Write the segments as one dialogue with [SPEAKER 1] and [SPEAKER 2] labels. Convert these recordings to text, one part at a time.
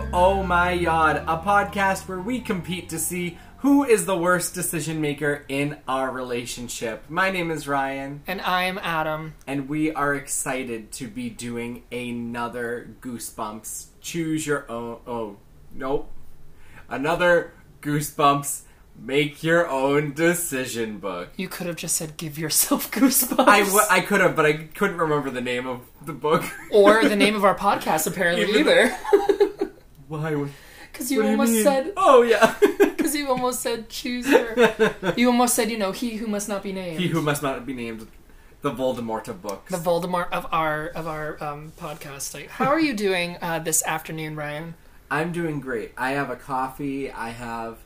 [SPEAKER 1] My Yod, a podcast where we compete to see who is the worst decision maker in our relationship. My name is Ryan,
[SPEAKER 2] And I'm Adam.
[SPEAKER 1] and we are excited to be doing another Goosebumps Choose Your Own. Oh, nope. Another Goosebumps Make Your Own Decision book.
[SPEAKER 2] You could have just said, give yourself goosebumps.
[SPEAKER 1] I, w- I could have, but I couldn't remember the name of the book.
[SPEAKER 2] or the name of our podcast, apparently,
[SPEAKER 1] Even-
[SPEAKER 2] either.
[SPEAKER 1] Why? would-
[SPEAKER 2] Because you
[SPEAKER 1] what do
[SPEAKER 2] almost
[SPEAKER 1] mean?
[SPEAKER 2] said,
[SPEAKER 1] Oh, yeah.
[SPEAKER 2] because you almost said, choose your. You almost said, you know, he who must not be named.
[SPEAKER 1] he who must not be named the Voldemort of books.
[SPEAKER 2] the Voldemort of our of our um, podcast. Like, how are you doing uh, this afternoon, Ryan?
[SPEAKER 1] I'm doing great. I have a coffee. I have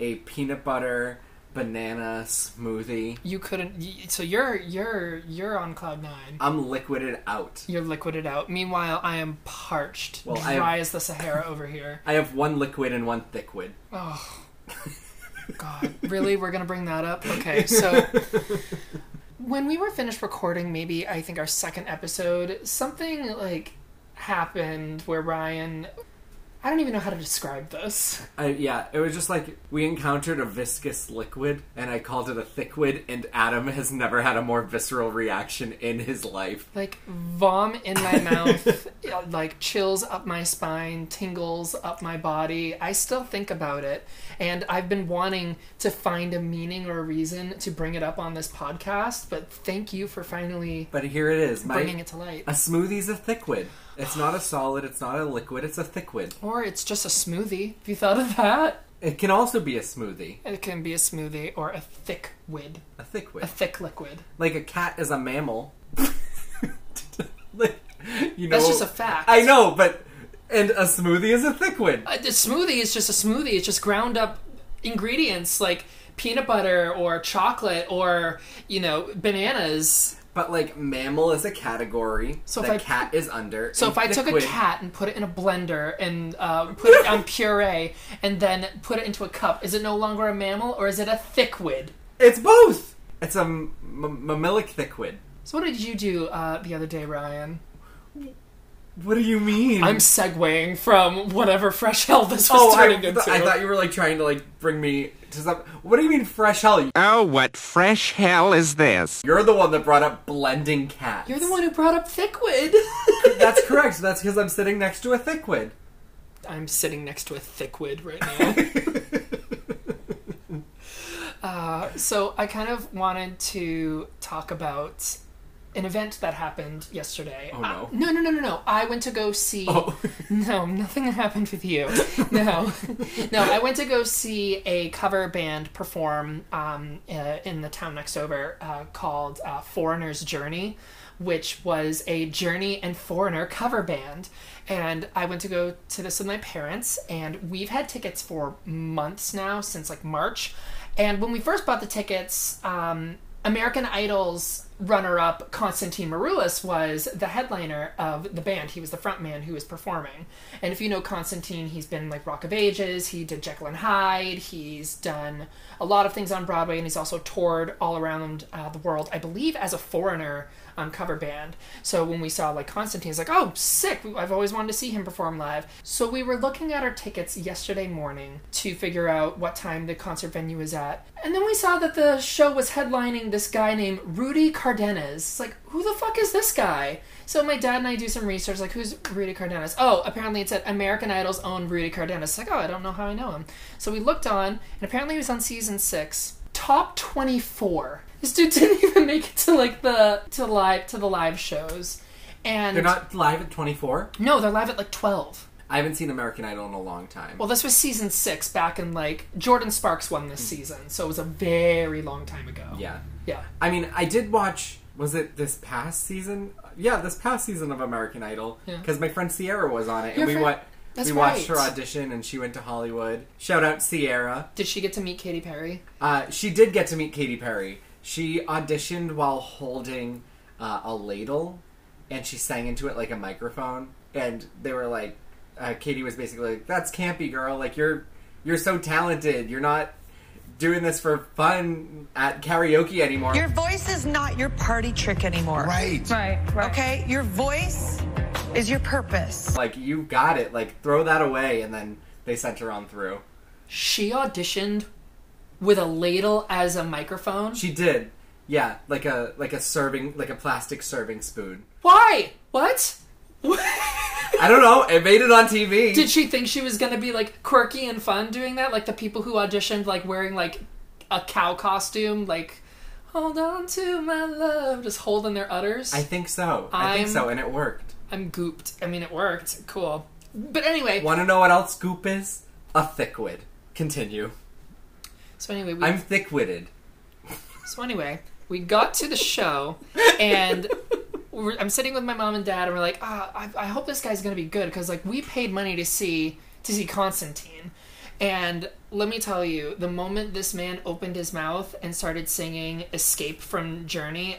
[SPEAKER 1] a peanut butter banana smoothie.
[SPEAKER 2] You couldn't. y- So you're you're you're on cloud nine.
[SPEAKER 1] I'm liquided out.
[SPEAKER 2] You're liquided out. Meanwhile, I am parched,
[SPEAKER 1] Well, I
[SPEAKER 2] dry
[SPEAKER 1] am-
[SPEAKER 2] as the Sahara over here.
[SPEAKER 1] I have one liquid and one thickwood.
[SPEAKER 2] Oh, God. Really? We're going to bring that up? Okay, so. When we were finished recording, maybe I think our second episode, something like happened where Ryan. I don't even know how to describe this.
[SPEAKER 1] I, yeah, it was just like we encountered a viscous liquid, and I called it a thickwood. And Adam has never had a more visceral reaction in his life.
[SPEAKER 2] Like, vom in my mouth, uh, like, chills up my spine, tingles up my body. I still think about it. And I've been wanting to find a meaning or a reason to bring it up on this podcast, but thank you for finally
[SPEAKER 1] But here it is. My,
[SPEAKER 2] bringing it to light.
[SPEAKER 1] a smoothie's a thickwood. It's not a solid. It's not a liquid. It's a thickwood.
[SPEAKER 2] Or it's just a smoothie. Have you thought of that?
[SPEAKER 1] It can also be a smoothie.
[SPEAKER 2] It can be a smoothie or a thick wid,
[SPEAKER 1] A
[SPEAKER 2] a
[SPEAKER 1] thickwood.
[SPEAKER 2] thick liquid.
[SPEAKER 1] Like a cat is a mammal. like, you know,
[SPEAKER 2] That's just a fact.
[SPEAKER 1] I know, but and a smoothie is a thickwood.
[SPEAKER 2] A, Uh, the smoothie is just a smoothie. It's just ground up ingredients like peanut butter or chocolate or you know bananas.
[SPEAKER 1] But like mammal is a category. So
[SPEAKER 2] So if
[SPEAKER 1] that
[SPEAKER 2] I-
[SPEAKER 1] cat is under.
[SPEAKER 2] So
[SPEAKER 1] and
[SPEAKER 2] if I took a
[SPEAKER 1] thickwood-
[SPEAKER 2] cat and put it in a blender and uh, put it on puree and then put it into a cup, is it no longer a mammal or is it a thick wid?
[SPEAKER 1] it's both. It's a m- m- mammalic thickwood.
[SPEAKER 2] So what did you do uh, the other day, Ryan?
[SPEAKER 1] What do you mean?
[SPEAKER 2] I'm segueing from whatever fresh hell this was
[SPEAKER 1] Oh, I,
[SPEAKER 2] turning into.
[SPEAKER 1] I thought you were like trying to like bring me to some. What do you mean fresh hell?
[SPEAKER 3] Oh, what fresh hell is this?
[SPEAKER 1] You're the one that brought up blending cats.
[SPEAKER 2] You're the one who brought up Thickwood.
[SPEAKER 1] That's correct. That's because I'm sitting next to a thickwood.
[SPEAKER 2] I'm sitting next to a Thickwood right now. uh, so I kind of wanted to talk about an event that happened yesterday. Oh
[SPEAKER 1] no.
[SPEAKER 2] no, no, no, no, no. I went to go see.
[SPEAKER 1] Oh.
[SPEAKER 2] No, nothing happened with you. No, no. I went to go see a cover band perform um, uh, in the town next over uh, called uh, Foreigner's Journey, which was a Journey and Foreigner cover band. And I went to go to this with my parents, and we've had tickets for months now, since like March. And when we first bought the tickets, um, American Idol's runner-up Konstantin Maroulis was the headliner of the band. He was the frontman who was performing. And if you know Konstantin, he's been like Rock of Ages, he did Jekyll and Hyde, he's done a lot of things on Broadway, and he's also toured all around uh, the world, I believe, as a foreigner um, cover band. So when we saw like Constantine, it's like, oh, sick! We- I've always wanted to see him perform live. So we were looking at our tickets yesterday morning to figure out what time the concert venue was at, and then we saw that the show was headlining this guy named Rudy Cardenas. It's like, who the fuck is this guy? So my dad and I do some research, like, who's Rudy Cardenas? Oh, apparently it's at American Idol's own Rudy Cardenas. It's like, oh, I don't know how I know him. So we looked on, and apparently he was on season six top 24 this dude didn't even make it to like the to live to the live shows and
[SPEAKER 1] They're not live at 24.
[SPEAKER 2] no they're live at like 12
[SPEAKER 1] I haven't seen American Idol in a long time.
[SPEAKER 2] well this was season six back in like jordan sparks won this season so it was a very long time ago
[SPEAKER 1] Hmm. yeah.
[SPEAKER 2] yeah
[SPEAKER 1] I mean, I did watch. Was it this past season? Yeah, this past season of American Idol.
[SPEAKER 2] Yeah.
[SPEAKER 1] Because my friend Sierra was on it,
[SPEAKER 2] Your
[SPEAKER 1] and we
[SPEAKER 2] friend-
[SPEAKER 1] wa-
[SPEAKER 2] That's
[SPEAKER 1] we watched
[SPEAKER 2] right.
[SPEAKER 1] her audition, and she went to Hollywood. Shout out Sierra.
[SPEAKER 2] did she get to meet Katy perry
[SPEAKER 1] Uh, she did get to meet Katy Perry. She auditioned while holding uh, a ladle, and she sang into it like a microphone. And they were like, uh, Katie was basically like, "That's campy, girl. Like you're you're so talented. You're not doing this for fun at karaoke anymore."
[SPEAKER 4] Your voice is not your party trick anymore.
[SPEAKER 5] Right.
[SPEAKER 6] Right, right.
[SPEAKER 4] Okay? Your voice is your purpose.
[SPEAKER 1] like you got it like throw that away and then They sent her on through.
[SPEAKER 2] She auditioned with a ladle as a microphone.
[SPEAKER 1] She did. Yeah, like a like a serving like a plastic serving spoon.
[SPEAKER 2] Why? What?
[SPEAKER 1] I don't know. It made it on TV.
[SPEAKER 2] Did she think she was gonna be like quirky and fun doing that? Like the people who auditioned, like wearing like a cow costume, like hold on to my love, just holding their udders.
[SPEAKER 1] I think so. i think
[SPEAKER 2] I'm-
[SPEAKER 1] so, and it worked.
[SPEAKER 2] I'm gooped. I mean, it worked. Cool. But anyway,
[SPEAKER 1] Want to know what else goop is? A thickwid. Continue.
[SPEAKER 2] so anyway, we,
[SPEAKER 1] I'm thickwitted.
[SPEAKER 2] so anyway, we got to the show, and we we're, I'm sitting with my mom and dad, and we're like, ah, I, I hope this guy's gonna be good because like we paid money to see to see Constantine, and let me tell you, the moment this man opened his mouth and started singing "Escape from Journey,"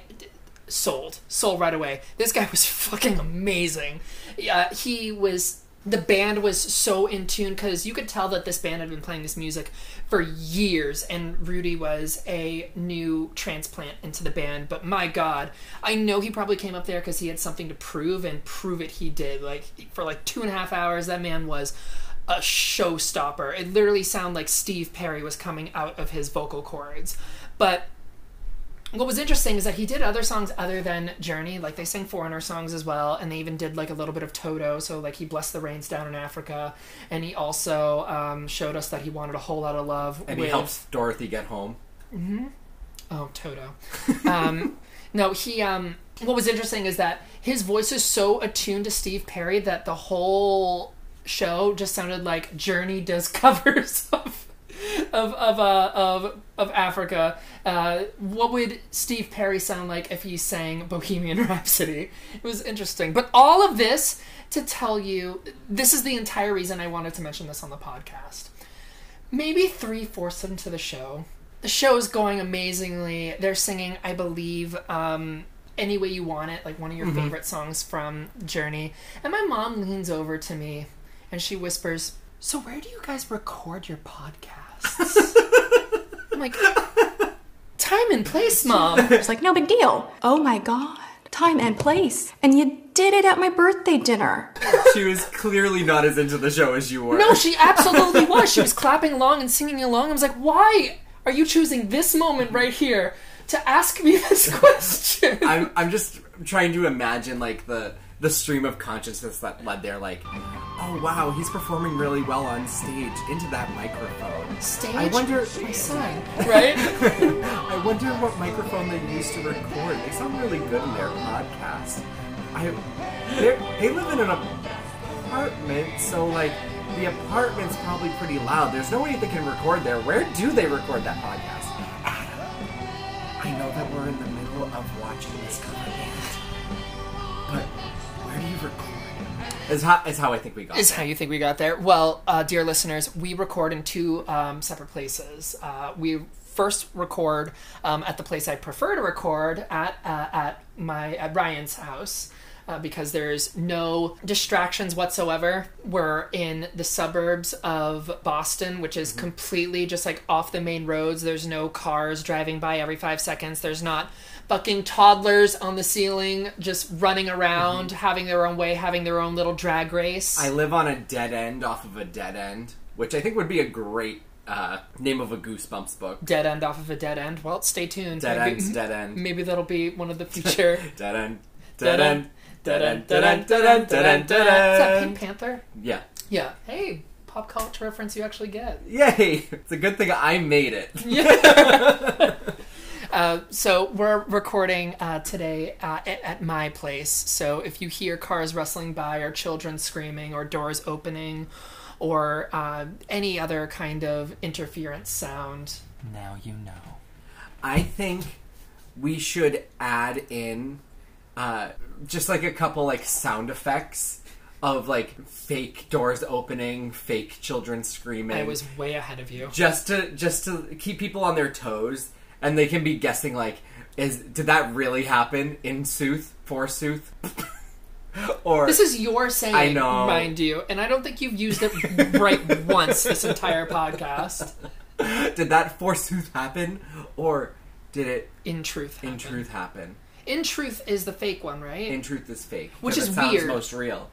[SPEAKER 2] sold sold right away this guy was fucking amazing yeah he was the band was so in tune because you could tell that this band had been playing this music for years and rudy was a new transplant into the band but my god i know he probably came up there because he had something to prove and prove it he did like for like two and a half hours that man was a showstopper it literally sounded like steve perry was coming out of his vocal cords but what was interesting is that he did other songs other than Journey. Like they sang foreigner songs as well, and they even did like a little bit of Toto. So like he blessed the rains down in Africa, and he also um, showed us that he wanted a whole lot of love.
[SPEAKER 1] And
[SPEAKER 2] with...
[SPEAKER 1] he helps Dorothy get home.
[SPEAKER 2] Oh, Toto. Um, no, he. Um, what was interesting is that his voice is so attuned to Steve Perry that the whole show just sounded like Journey does covers of of of uh, of, of Africa. Uh, what would Steve Perry sound like if he sang Bohemian Rhapsody? It was interesting, but all of this to tell you, this is the entire reason I wanted to mention this on the podcast maybe three fourths into the show. The show's going amazingly. They're singing, I believe, um, Any Way You Want It, like one of your favorite songs from Journey. And my mom leans over to me and she whispers, So where do you guys record your podcasts? I'm like, Time and place, mom.
[SPEAKER 5] It's like, no big deal. Oh my God. Time and place. And you did it at my birthday dinner.
[SPEAKER 1] She was clearly not as into the show as you were.
[SPEAKER 2] No, she absolutely was. She was clapping along and singing along. I was like, why are you choosing this moment right here to ask me this question?
[SPEAKER 1] I'm, I'm just trying to imagine like the the stream of consciousness that led there. Like, oh wow, he's performing really well on stage into that microphone.
[SPEAKER 2] stage.
[SPEAKER 1] I wonder.
[SPEAKER 2] my son, right?
[SPEAKER 1] I wonder what microphone they used to record. They sound really good in their podcast. I they're- they live in an apartment, so like the apartment's probably pretty loud. There's no way they can record there. Where do they record that podcast? I know that we're in the middle of watching this cover band, but where do you record? Is how is how I think we got.
[SPEAKER 2] Is
[SPEAKER 1] there.
[SPEAKER 2] how you think we got there? Well, uh, dear listeners, we record in two um, separate places. Uh, we first record um, at the place I prefer to record at uh, at my at Ryan's house. Uh, because there's no distractions whatsoever. We're in the suburbs of Boston, which is completely just like off the main roads. There's no cars driving by every five seconds. There's not fucking toddlers on the ceiling just running around, having their own way, having their own little drag race.
[SPEAKER 1] I live on a dead end off of a dead end, which I think would be a great uh, name of a Goosebumps book.
[SPEAKER 2] dead end off of a dead end. Well, stay tuned.
[SPEAKER 1] Dead
[SPEAKER 2] maybe,
[SPEAKER 1] ends, dead end.
[SPEAKER 2] Maybe that'll be one of the future.
[SPEAKER 1] Dead end.
[SPEAKER 2] Dead
[SPEAKER 1] Dead
[SPEAKER 2] end,
[SPEAKER 1] end.
[SPEAKER 2] Dead
[SPEAKER 1] Dead
[SPEAKER 2] end,
[SPEAKER 1] end.
[SPEAKER 2] dead
[SPEAKER 1] Dead
[SPEAKER 2] end,
[SPEAKER 1] end.
[SPEAKER 2] dead end, dead end, dead end. Is that Pink Panther?
[SPEAKER 1] Yeah.
[SPEAKER 2] Yeah. Hey, pop culture reference you actually get.
[SPEAKER 1] Yay! It's a good thing I made it.
[SPEAKER 2] So we're recording uh, today uh, at, at my place. So if you hear cars rustling by, or children screaming, or doors opening, or uh, any other kind of interference sound,
[SPEAKER 1] Now you know. I think we should add in uh, just like a couple like sound effects of like fake doors opening, fake children screaming.
[SPEAKER 2] I was way ahead of you.
[SPEAKER 1] just to just to keep people on their toes and they can be guessing like is did that really happen in sooth forsooth or
[SPEAKER 2] This is your saying,
[SPEAKER 1] I know.
[SPEAKER 2] mind you, and I don't think you've used it right once this entire podcast.
[SPEAKER 1] did that forsooth happen or did it
[SPEAKER 2] In truth,
[SPEAKER 1] in
[SPEAKER 2] happen.
[SPEAKER 1] truth happen
[SPEAKER 2] in truth is the fake one, right?
[SPEAKER 1] in truth is fake
[SPEAKER 2] Which
[SPEAKER 1] 'cause
[SPEAKER 2] is
[SPEAKER 1] it sounds
[SPEAKER 2] weird.
[SPEAKER 1] most real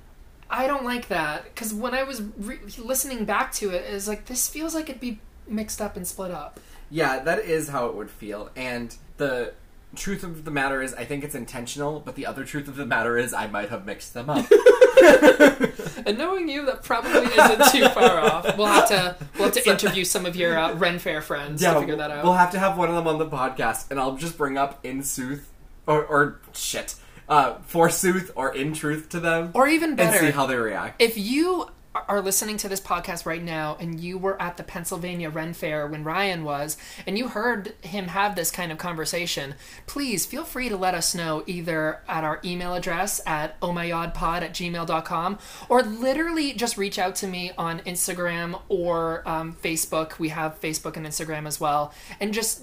[SPEAKER 2] I don't like that because when I was re- listening back to it, it was like this feels like it'd be mixed up and split up.
[SPEAKER 1] Yeah, that is how it would feel. And the truth of the matter is, I think it's intentional, but the other truth of the matter is, I might have mixed them up.
[SPEAKER 2] And knowing you, that probably isn't too far off. We'll have to we'll have to interview some of your uh, Ren Fair friends to figure that out.
[SPEAKER 1] We'll have to have one of them on the podcast, and I'll just bring up in sooth or, or shit, uh, forsooth or in truth to them,
[SPEAKER 2] or even better,
[SPEAKER 1] and see how they react.
[SPEAKER 2] if you are listening to this podcast right now and you were at the Pennsylvania Ren Fair when Ryan was and you heard him have this kind of conversation, please feel free to let us know either at our email address at ohmyodpod at gmail.com or literally just reach out to me on Instagram or um, Facebook. We have Facebook and Instagram as well. And just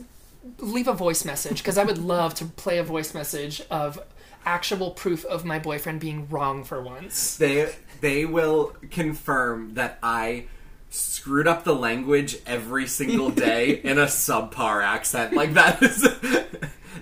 [SPEAKER 2] leave a voice message because I would love to play a voice message of actual proof of my boyfriend being wrong for once.
[SPEAKER 1] they they will confirm that I screwed up the language every single day in a subpar accent. Like that is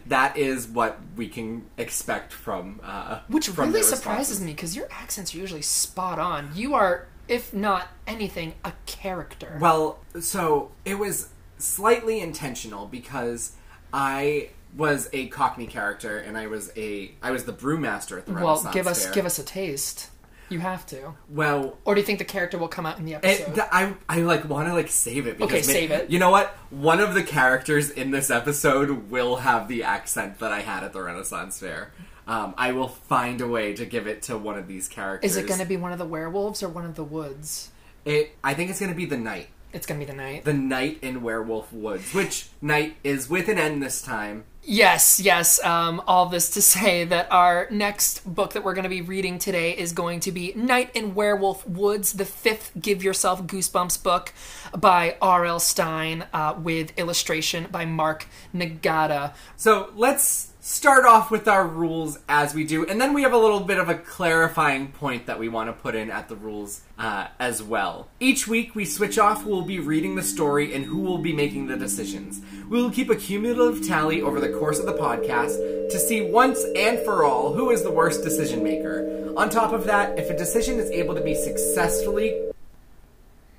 [SPEAKER 1] that is what we can expect from uh,
[SPEAKER 2] Which
[SPEAKER 1] from
[SPEAKER 2] really
[SPEAKER 1] their
[SPEAKER 2] surprises
[SPEAKER 1] responses.
[SPEAKER 2] me because your accents are usually spot on. You are, if not anything, a character.
[SPEAKER 1] Well, so it was slightly intentional because I was a Cockney character and I was a I was the brewmaster at the
[SPEAKER 2] Well,
[SPEAKER 1] Renaissance
[SPEAKER 2] give us
[SPEAKER 1] Fair.
[SPEAKER 2] give us a taste. You have to.
[SPEAKER 1] well
[SPEAKER 2] Or do you think the character will come out in the episode?
[SPEAKER 1] It, th- I I like want to like save it. Because
[SPEAKER 2] Okay,
[SPEAKER 1] may-
[SPEAKER 2] save it.
[SPEAKER 1] You know what? One of the characters in this episode will have the accent that I had at the Renaissance Fair. Um, I will find a way to give it to one of these characters.
[SPEAKER 2] Is it going to be one of the werewolves or one of the woods?
[SPEAKER 1] It, I think it's gonna be the night.
[SPEAKER 2] It's going to be the night.
[SPEAKER 1] The night in Werewolf Woods, which night is with an N this time.
[SPEAKER 2] Yes, yes. Um, all this to say that our next book that we're going to be reading today is going to be Night in Werewolf Woods, the fifth Give Yourself Goosebumps book by R.L. Stein uh, with illustration by Mark Nagata.
[SPEAKER 1] So let's start off with our rules as we do, and then we have a little bit of a clarifying point that we want to put in at the rules uh, as well. Each week we switch off who will be reading the story and who will be making the decisions. We will keep a cumulative tally over the course of the podcast to see once and for all who is the worst decision maker. On top of that, if a decision is able to be successfully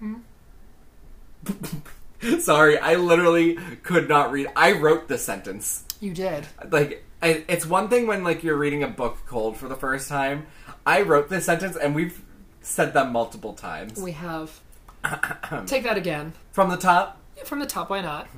[SPEAKER 1] Sorry, I literally could not read. I wrote this sentence
[SPEAKER 2] You did.
[SPEAKER 1] like I, it's one thing when like you're reading a book cold for the first time i wrote this sentence and we've said that multiple times
[SPEAKER 2] We have. Take that again.
[SPEAKER 1] from the top
[SPEAKER 2] From the top, why not?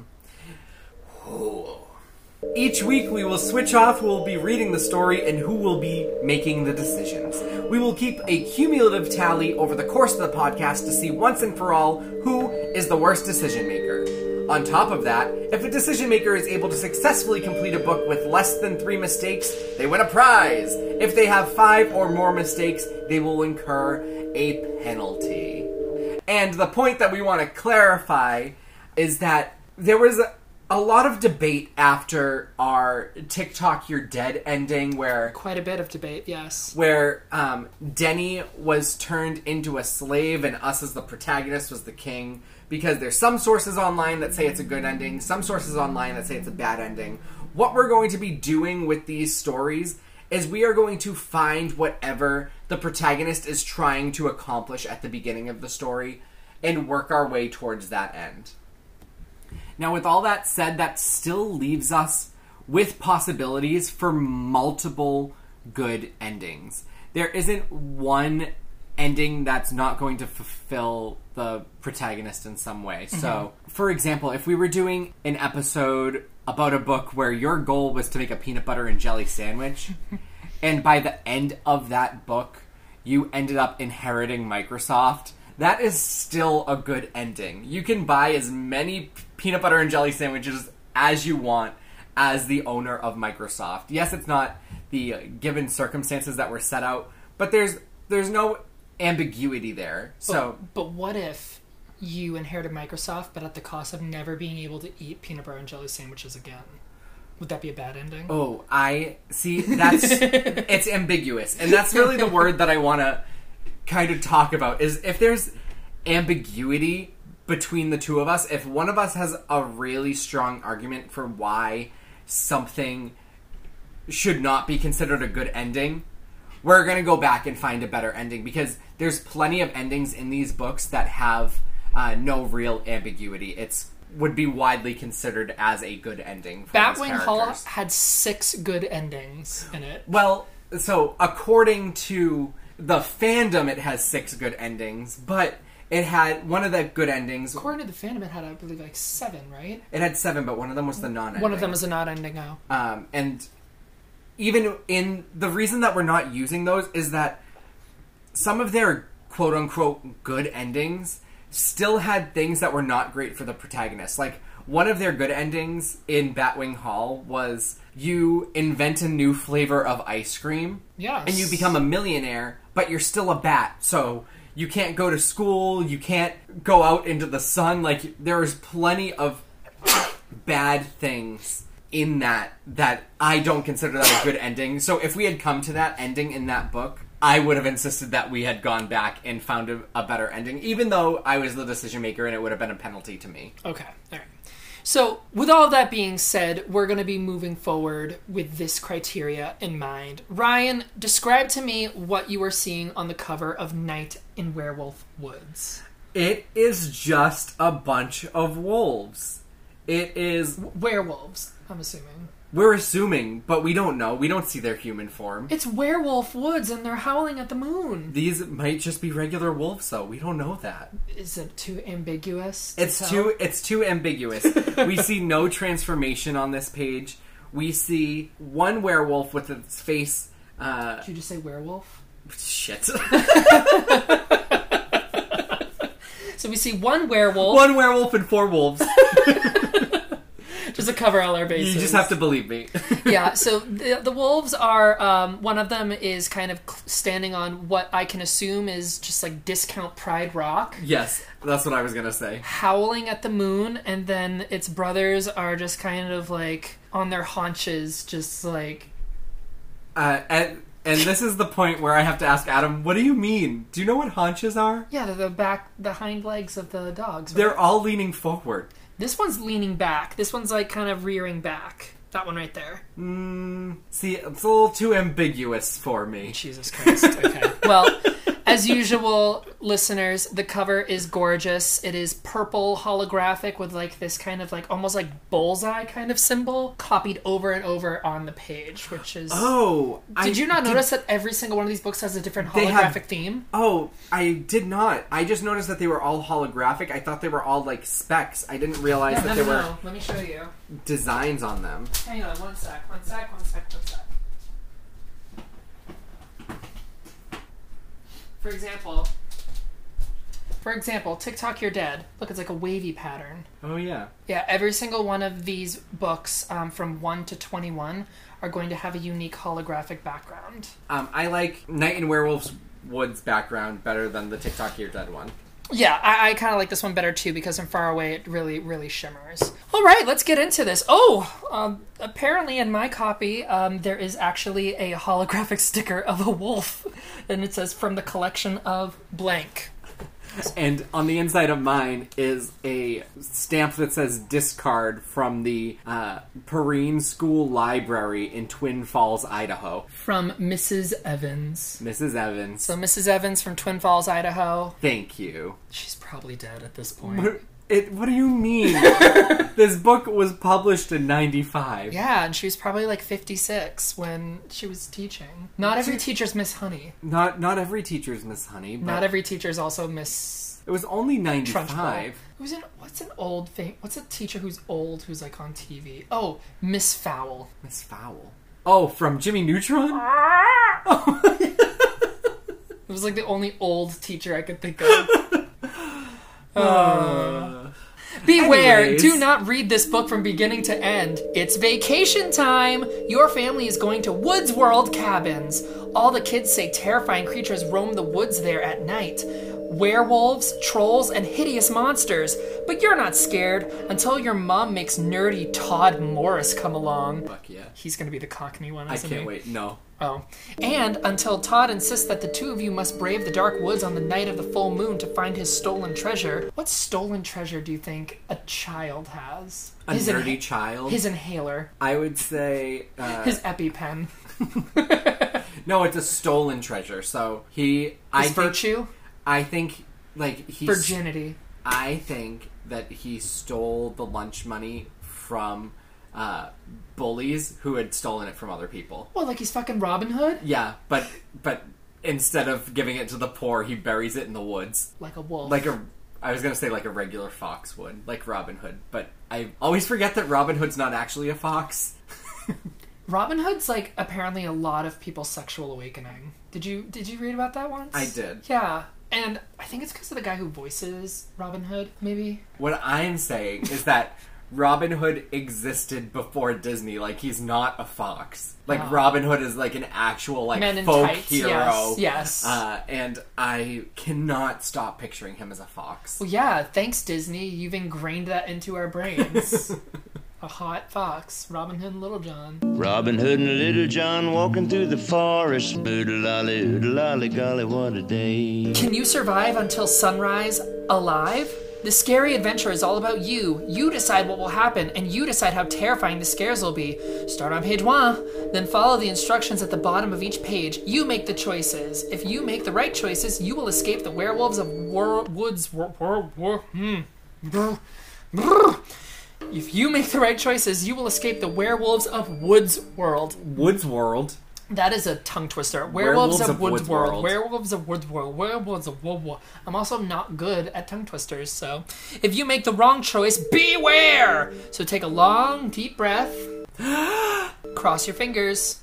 [SPEAKER 1] each week we will switch off who will be reading the story and who will be making the decisions we will keep a cumulative tally over the course of the podcast to see once and for all who is the worst decision maker on top of that, if a decision maker is able to successfully complete a book with less than three mistakes, they win a prize. If they have five or more mistakes, they will incur a penalty. And the point that we want to clarify is that there was a, a lot of debate after our TikTok You're Dead ending where
[SPEAKER 2] Quite a bit of debate, yes.
[SPEAKER 1] where um, Denny was turned into a slave and us as the protagonist was the king because there's some sources online that say it's a good ending, some sources online that say it's a bad ending. What we're going to be doing with these stories is we are going to find whatever the protagonist is trying to accomplish at the beginning of the story and work our way towards that end. Now, with all that said, that still leaves us with possibilities for multiple good endings. There isn't one ending that's not going to fulfill the protagonist in some way. So, for example, if we were doing an episode about a book where your goal was to make a peanut butter and jelly sandwich, and by the end of that book, you ended up inheriting Microsoft. That is still a good ending. You can buy as many p- peanut butter and jelly sandwiches as you want as the owner of Microsoft. Yes, it's not the uh, given circumstances that were set out, but there's there's no ambiguity there. So
[SPEAKER 2] But what if you inherited Microsoft, but at the cost of never being able to eat peanut butter and jelly sandwiches again? Would that be a bad ending?
[SPEAKER 1] Oh, I see. That's it's ambiguous, and that's really the word that I want to kind of talk about. Is if there's ambiguity between the two of us, if one of us has a really strong argument for why something should not be considered a good ending, we're gonna go back and find a better ending because there's plenty of endings in these books that have uh, no real ambiguity. It's would be widely considered as a good ending. For these
[SPEAKER 2] Batwing Hall
[SPEAKER 1] characters.
[SPEAKER 2] had six good endings in it.
[SPEAKER 1] Well, so according to the fandom, it has six good endings, but it had one of the good endings.
[SPEAKER 2] According to the Phantom, it had, I believe, like seven, right?
[SPEAKER 1] It had seven, but one of them was the non.
[SPEAKER 2] One of them is a not ending now.
[SPEAKER 1] um, and even in the reason that we're not using those is that some of their quote unquote good endings still had things that were not great for the protagonist. Like one of their good endings in Batwing Hall was you invent a new flavor of ice cream,
[SPEAKER 2] Yes.
[SPEAKER 1] and you become a millionaire, but you're still a bat, so. You can't go to school. You can't go out into the sun. Like there's plenty of bad things in that that I don't consider that a good ending. So if we had come to that ending in that book, I would have insisted that we had gone back and found a, a better ending, even though I was the decision maker and it would have been a penalty to me.
[SPEAKER 2] Okay, all right. So, with all that being said, we're going to be moving forward with this criteria in mind. Ryan, describe to me what you are seeing on the cover of Night in Werewolf Woods.
[SPEAKER 1] It is just a bunch of wolves. It is
[SPEAKER 2] Werewolves, I'm assuming.
[SPEAKER 1] we're assuming, but we don't know. We don't see their human form.
[SPEAKER 2] It's Werewolf Woods and they're howling at the moon.
[SPEAKER 1] These might just be regular wolves though. We don't know that.
[SPEAKER 2] Is it too ambiguous? to
[SPEAKER 1] It's
[SPEAKER 2] tell?
[SPEAKER 1] too it's too ambiguous. we see no transformation on this page. We see one werewolf with its face. Uh,
[SPEAKER 2] Did you just say werewolf?
[SPEAKER 1] shit.
[SPEAKER 2] So we see one werewolf.
[SPEAKER 1] one werewolf and four wolves.
[SPEAKER 2] Just to cover all our
[SPEAKER 1] You
[SPEAKER 2] bases.
[SPEAKER 1] just have to believe me.
[SPEAKER 2] yeah so the, the wolves are um, one of them is kind of cl- standing on what i can assume is just like discount pride rock
[SPEAKER 1] yes, that's what I was gonna say.
[SPEAKER 2] howling at the moon and then its brothers are just kind of like on their haunches just like
[SPEAKER 1] Uh, and and this is the point where I have to ask Adam, what do you mean? Do you know what haunches are?
[SPEAKER 2] yeah they're the back the hind legs of the dogs right?
[SPEAKER 1] They're all leaning forward.
[SPEAKER 2] this one's leaning back this one's like kind of rearing back that one right there
[SPEAKER 1] See, it's a little too ambiguous for me.
[SPEAKER 2] Jesus Christ. Okay. well, as usual, listeners, the cover is gorgeous. It is purple holographic with like this kind of like almost like bullseye kind of symbol copied over and over on the page, which is.
[SPEAKER 1] Oh, I,
[SPEAKER 2] Did you not notice that every single one of these books has a different holographic
[SPEAKER 1] They have-
[SPEAKER 2] theme?
[SPEAKER 1] Oh, I did not. I just noticed that they were all holographic. I thought they were all like specs. I didn't realize that there were
[SPEAKER 2] Let me show you.
[SPEAKER 1] designs on them.
[SPEAKER 2] Hang on, one sec, one sec, one sec, one sec. For example, for example, TikTok, you're dead. Look, it's like a wavy pattern.
[SPEAKER 1] Oh yeah.
[SPEAKER 2] Yeah, every single one of these books um, from 1 to 21 are going to have a unique holographic background.
[SPEAKER 1] Um, I like Night in Werewolf's Woods background better than the TikTok You're Dead one.
[SPEAKER 2] Yeah, I, I kind of like this one better too because in Far Away it really, really shimmers. All right, let's get into this. Oh, um, apparently in my copy um, there is actually a holographic sticker of a wolf and it says from the collection of blank.
[SPEAKER 1] And on the inside of mine is a stamp that says discard from the uh, Perrine School Library in Twin Falls, Idaho.
[SPEAKER 2] From Mrs. Evans.
[SPEAKER 1] Mrs. Evans,
[SPEAKER 2] So Mrs. Evans from Twin Falls, Idaho.
[SPEAKER 1] thank you.
[SPEAKER 2] She's probably dead at this point.
[SPEAKER 1] It, what do you mean? this book was published in 95.
[SPEAKER 2] Yeah, and she was probably like 56 when she was teaching. Not every teacher's Miss Honey.
[SPEAKER 1] Not not every teacher's Miss Honey, but
[SPEAKER 2] Not every teacher's also Miss
[SPEAKER 1] it was only ninety
[SPEAKER 2] Trunchbull.
[SPEAKER 1] five.
[SPEAKER 2] Who's an what's an old thing? What's a teacher who's old who's like on TV? Oh, Miss Fowl.
[SPEAKER 1] Miss Fowl. Oh, from Jimmy Neutron?
[SPEAKER 2] Ah. It was like the only old teacher I could think of. Uh. Beware,
[SPEAKER 1] Anyways.
[SPEAKER 2] do not read this book from beginning to end. It's vacation time! Your family is going to Woods World Cabins. All the kids say terrifying creatures roam the woods there at night werewolves, trolls, and hideous monsters. But you're not scared until your mom makes nerdy Todd Morris come along.
[SPEAKER 1] Fuck yeah.
[SPEAKER 2] He's gonna be the cockney one,
[SPEAKER 1] I
[SPEAKER 2] isn't
[SPEAKER 1] can't
[SPEAKER 2] he?
[SPEAKER 1] wait. No.
[SPEAKER 2] Oh. And until Todd insists that the two of you must brave the dark woods on the night of the full moon to find his stolen treasure. What stolen treasure do you think a child has?
[SPEAKER 1] A
[SPEAKER 2] his
[SPEAKER 1] nerdy
[SPEAKER 2] inha-
[SPEAKER 1] child.
[SPEAKER 2] His inhaler.
[SPEAKER 1] I would say uh,
[SPEAKER 2] His EpiPen.
[SPEAKER 1] No, it's a stolen treasure. So he, I
[SPEAKER 2] His
[SPEAKER 1] think,
[SPEAKER 2] virtue,
[SPEAKER 1] I think, like he,
[SPEAKER 2] virginity.
[SPEAKER 1] I think that he stole the lunch money from uh, bullies who had stolen it from other people.
[SPEAKER 2] Well, like he's fucking Robin Hood,
[SPEAKER 1] Yeah, but but instead of giving it to the poor, he buries it in the woods
[SPEAKER 2] like a wolf.
[SPEAKER 1] like a. I was gonna say like a regular fox would, like Robin Hood, but I always forget that Robin Hood's not actually a fox.
[SPEAKER 2] Robin Hood's like apparently a lot of people's sexual awakening. Did you did you read about that once?
[SPEAKER 1] I did.
[SPEAKER 2] Yeah, and I think it's because of the guy who voices Robin Hood. Maybe
[SPEAKER 1] What I'm saying is that Robin Hood existed before Disney. Like he's not a fox. Like Robin Hood is like an actual like
[SPEAKER 2] Oh. Men in
[SPEAKER 1] folk
[SPEAKER 2] Tights,
[SPEAKER 1] hero.
[SPEAKER 2] yes, yes.
[SPEAKER 1] Uh, and I cannot stop picturing him as a fox.
[SPEAKER 2] Well, yeah, thanks, Disney. You've ingrained that into our brains. a hot fox, Robin Hood and Little John.
[SPEAKER 6] Robin Hood and Little John walking through the forest. Oodalolly, oodalolly, golly, what a day.
[SPEAKER 2] Can you survive until sunrise alive? The scary adventure is all about you. You decide what will happen, and you decide how terrifying the scares will be. Start on page one, then follow the instructions at the bottom of each page. You make the choices. If you make the right choices, you will escape the werewolves of wor- woods. Wor- wor- wor- hmm. Brr. Brr. If you make the right choices, you will escape the werewolves of Woods World.
[SPEAKER 1] Woods World.
[SPEAKER 2] That is a tongue twister. Werewolves, of, Woods, World.
[SPEAKER 1] World.
[SPEAKER 2] Werewolves of Woods World. Werewolves of Wood World. I'm also not good at tongue twisters, so if you make the wrong choice, beware! So take a long, deep breath, cross your fingers,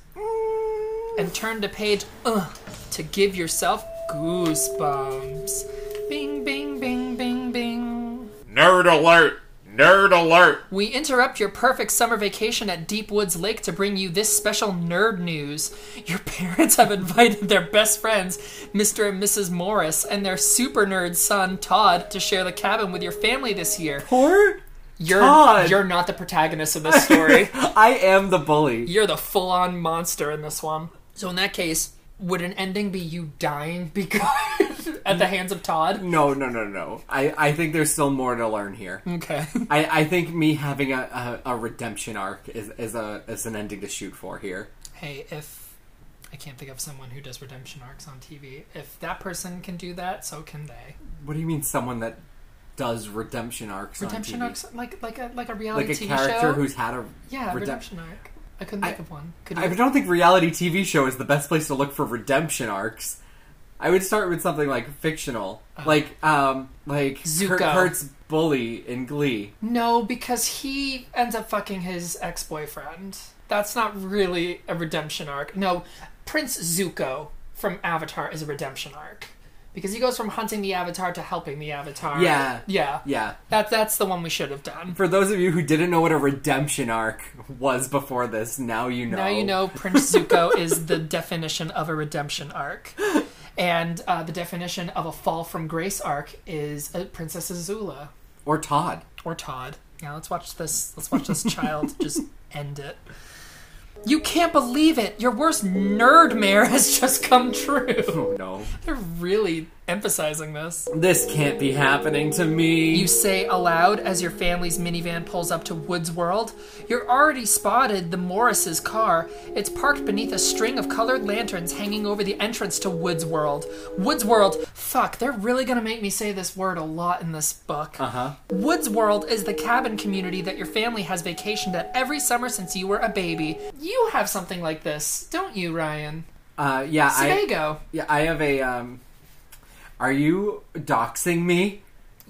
[SPEAKER 2] and turn to page uh, to give yourself goosebumps. Bing, bing, bing, bing, bing.
[SPEAKER 7] Nerd alert! Nerd alert!
[SPEAKER 2] We interrupt your perfect summer vacation at Deep Woods Lake to bring you this special nerd news. Your parents have invited their best friends, Mr. and Mrs. Morris, and their super nerd son, Todd, to share the cabin with your family this year.
[SPEAKER 1] Poor.
[SPEAKER 2] You're,
[SPEAKER 1] Todd!
[SPEAKER 2] you're not the protagonist of this story.
[SPEAKER 1] I am the bully.
[SPEAKER 2] you're the full on monster in this one. So, in that case, would an ending be you dying because at the hands of Todd?
[SPEAKER 1] No, no, no, no. I, I think there's still more to learn here.
[SPEAKER 2] Okay.
[SPEAKER 1] I, I think me having a, a, a redemption arc is, is a is an ending to shoot for here.
[SPEAKER 2] hey, if I can't think of someone who does redemption arcs on TV, if that person can do that, so can they.
[SPEAKER 1] What do you mean someone that does redemption arcs?
[SPEAKER 2] Redemption
[SPEAKER 1] on TV?
[SPEAKER 2] arcs, like like a like a reality
[SPEAKER 1] like a
[SPEAKER 2] TV
[SPEAKER 1] character
[SPEAKER 2] show.
[SPEAKER 1] who's had a
[SPEAKER 2] yeah,
[SPEAKER 1] redemp-
[SPEAKER 2] redemption arc. I couldn't think of one. Could you?
[SPEAKER 1] I don't think reality TV show is the best place to look for redemption arcs. I would start with something like fictional, like um, like Kurt
[SPEAKER 2] Oh. Zuko. Hmm?
[SPEAKER 1] Kurt's bully in Glee.
[SPEAKER 2] no, because he ends up fucking his ex boyfriend. That's not really a redemption arc. No, Prince Zuko from Avatar is a redemption arc because he goes from hunting the Avatar to helping the Avatar.
[SPEAKER 1] Yeah.
[SPEAKER 2] yeah,
[SPEAKER 1] Yeah.
[SPEAKER 2] That that's the one we should have done.
[SPEAKER 1] For those of you who didn't know what a redemption arc was before this, now you know.
[SPEAKER 2] Now you know Prince Zuko is the definition of a redemption arc. And uh, the definition of a fall from grace arc is uh, Princess Azula
[SPEAKER 1] Or Todd.
[SPEAKER 2] or Todd. Now let's watch this. Let's watch this child just end it. You can't believe it. Your worst nerdmare has just come true.
[SPEAKER 1] Oh no.
[SPEAKER 2] They're really emphasizing this.
[SPEAKER 1] This can't be happening to me.
[SPEAKER 2] You say aloud as your family's minivan pulls up to Woods World. You're already spotted the Morris's car. It's parked beneath a string of colored lanterns hanging over the entrance to Woods World. Woods World, fuck, they're really gonna make me say this word a lot in this book. Uh huh. Woods World is the cabin community that your family has vacationed at every summer since you were a baby. You have something like this, don't you, Ryan?
[SPEAKER 1] uh, yeah, I,
[SPEAKER 2] Tobago.
[SPEAKER 1] yeah, I have a. Um, are you doxing me?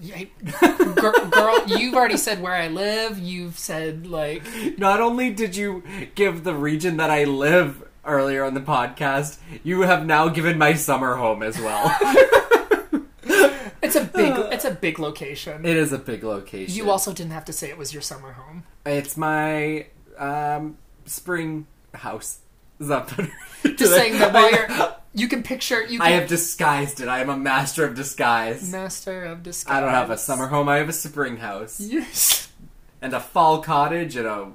[SPEAKER 2] Yeah, gir- girl, you've already said where I live. You've said, like,
[SPEAKER 1] Not only did you give the region that I live earlier on the podcast, you have now given my summer home as well.
[SPEAKER 2] It's a big. It's a big location.
[SPEAKER 1] it is a big location.
[SPEAKER 2] you also didn't have to say it was your summer home.
[SPEAKER 1] It's my um, spring house. Is that better?
[SPEAKER 2] Just saying that while you're, you can picture you. Can,
[SPEAKER 1] I have disguised it. I am a master of disguise.
[SPEAKER 2] master of disguise.
[SPEAKER 1] I don't have a summer home. I have a spring house
[SPEAKER 2] Yes.
[SPEAKER 1] and a fall cottage and a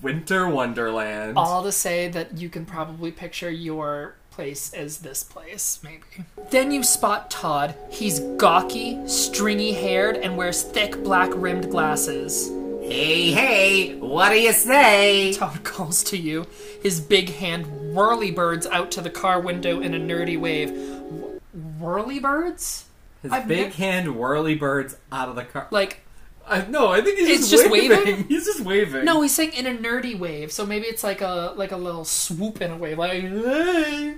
[SPEAKER 1] winter wonderland.
[SPEAKER 2] All to say that you can probably picture your place as this place, maybe. Then you spot Todd. He's gawky, stringy haired, and wears thick black rimmed glasses.
[SPEAKER 1] Hey, hey, what do you say?
[SPEAKER 2] Todd calls to you, his big hand whirly birds out to the car window in a nerdy wave. Wh- Whirly birds?
[SPEAKER 1] His
[SPEAKER 2] I've
[SPEAKER 1] big
[SPEAKER 2] ne-
[SPEAKER 1] hand whirly birds out of the car.
[SPEAKER 2] Like,
[SPEAKER 1] I, no, I think he's
[SPEAKER 2] It's
[SPEAKER 1] just,
[SPEAKER 2] just
[SPEAKER 1] waving.
[SPEAKER 2] waving?
[SPEAKER 1] He's just waving.
[SPEAKER 2] no, he's saying in a nerdy wave, so maybe it's like a like a little swoop in a wave, like "Hey."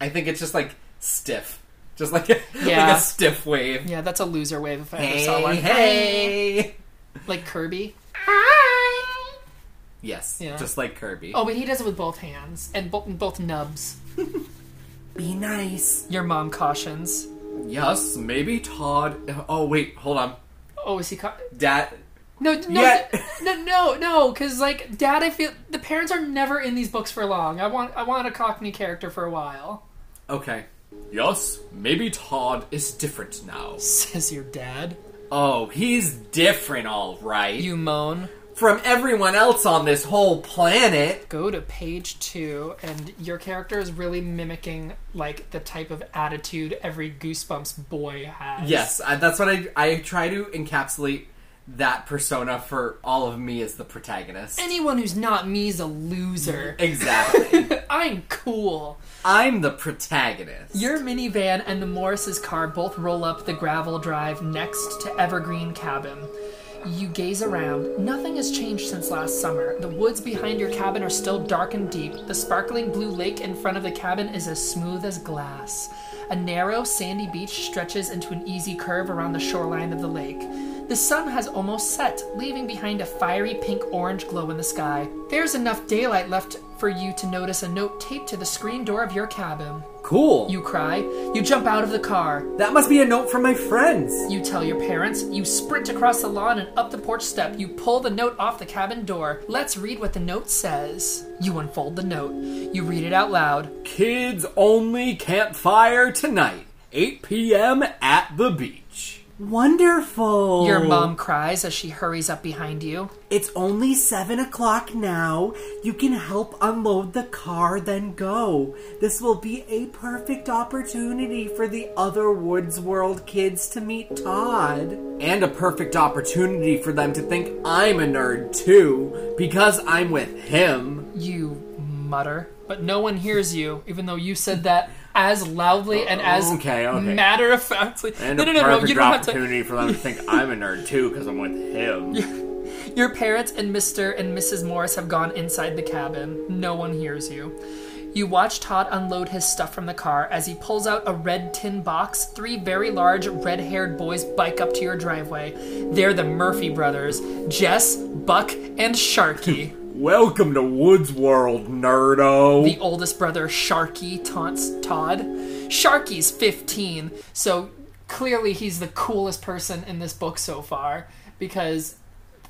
[SPEAKER 1] I think it's just like stiff, just like
[SPEAKER 2] Yeah.
[SPEAKER 1] like a stiff wave.
[SPEAKER 2] yeah, that's a loser wave if I ever saw one.
[SPEAKER 1] Hey, hey.
[SPEAKER 2] like Kirby.
[SPEAKER 1] Yes,
[SPEAKER 2] Yeah.
[SPEAKER 1] just like Kirby.
[SPEAKER 2] Oh, but he does it with both hands and bo- both nubs.
[SPEAKER 1] be nice.
[SPEAKER 2] Your mom cautions.
[SPEAKER 1] Yes, maybe Todd. Oh wait, hold on.
[SPEAKER 2] Oh, is he? Ca-
[SPEAKER 1] Dad,
[SPEAKER 2] No, no,
[SPEAKER 1] Yeah.
[SPEAKER 2] no, no, no, because like dad, I feel the parents are never in these books for long. I want, I want a Cockney character for a while.
[SPEAKER 1] Okay. Yes, maybe Todd is different now.
[SPEAKER 2] Says your dad.
[SPEAKER 1] Oh, he's different, all right.
[SPEAKER 2] You moan.
[SPEAKER 1] From everyone else on this whole planet.
[SPEAKER 2] Go to page two, and your character is really mimicking like the type of attitude every Goosebumps boy has.
[SPEAKER 1] Yes, I, that's what I I try to encapsulate that persona for all of me as the protagonist.
[SPEAKER 2] Anyone who's not me is a loser.
[SPEAKER 1] exactly.
[SPEAKER 2] I'm cool.
[SPEAKER 1] I'm the protagonist.
[SPEAKER 2] Your minivan and the Morris's car both roll up the gravel drive next to Evergreen Cabin. You gaze around. Nothing has changed since last summer. The woods behind your cabin are still dark and deep. The sparkling blue lake in front of the cabin is as smooth as glass. A narrow, sandy beach stretches into an easy curve around the shoreline of the lake. The sun has almost set, leaving behind a fiery pink orange glow in the sky. There's enough daylight left for you to notice a note taped to the screen door of your cabin.
[SPEAKER 1] cool.
[SPEAKER 2] You cry. You jump out of the car.
[SPEAKER 1] that must be a note from my friends.
[SPEAKER 2] You tell your parents. You sprint across the lawn and up the porch step. You pull the note off the cabin door. Let's read what the note says. You unfold the note. You read it out loud.
[SPEAKER 1] Kids only campfire tonight, 8 p.m. at the beach. Wonderful.
[SPEAKER 7] Oh.
[SPEAKER 2] Your mom cries as she hurries up behind you.
[SPEAKER 1] It's only seven o'clock now. You can help unload the car, then go. This will be a perfect opportunity for the other Woods World kids to meet Todd. And a perfect opportunity for them to think I'm a nerd too, because I'm with him.
[SPEAKER 2] You mutter, but no one hears you, even though you said that as loudly and as
[SPEAKER 7] Okay, okay.
[SPEAKER 2] matter of factly.
[SPEAKER 7] And
[SPEAKER 2] no,
[SPEAKER 7] a
[SPEAKER 2] no, no, no.
[SPEAKER 7] perfect
[SPEAKER 2] You don't have to.
[SPEAKER 7] opportunity for them to think I'm a nerd too, because I'm with him.
[SPEAKER 2] Your parents and Mr. and Mrs. Morris have gone inside the cabin. No one hears you. You watch Todd unload his stuff from the car. As he pulls out a red tin box, three very large red haired boys bike up to your driveway. They're the Murphy brothers Jess, Buck, and Sharky.
[SPEAKER 1] Welcome to Woods World, nerdo.
[SPEAKER 2] the oldest brother, Sharky, taunts Todd. Sharky's 15, so clearly he's the coolest person in this book so far because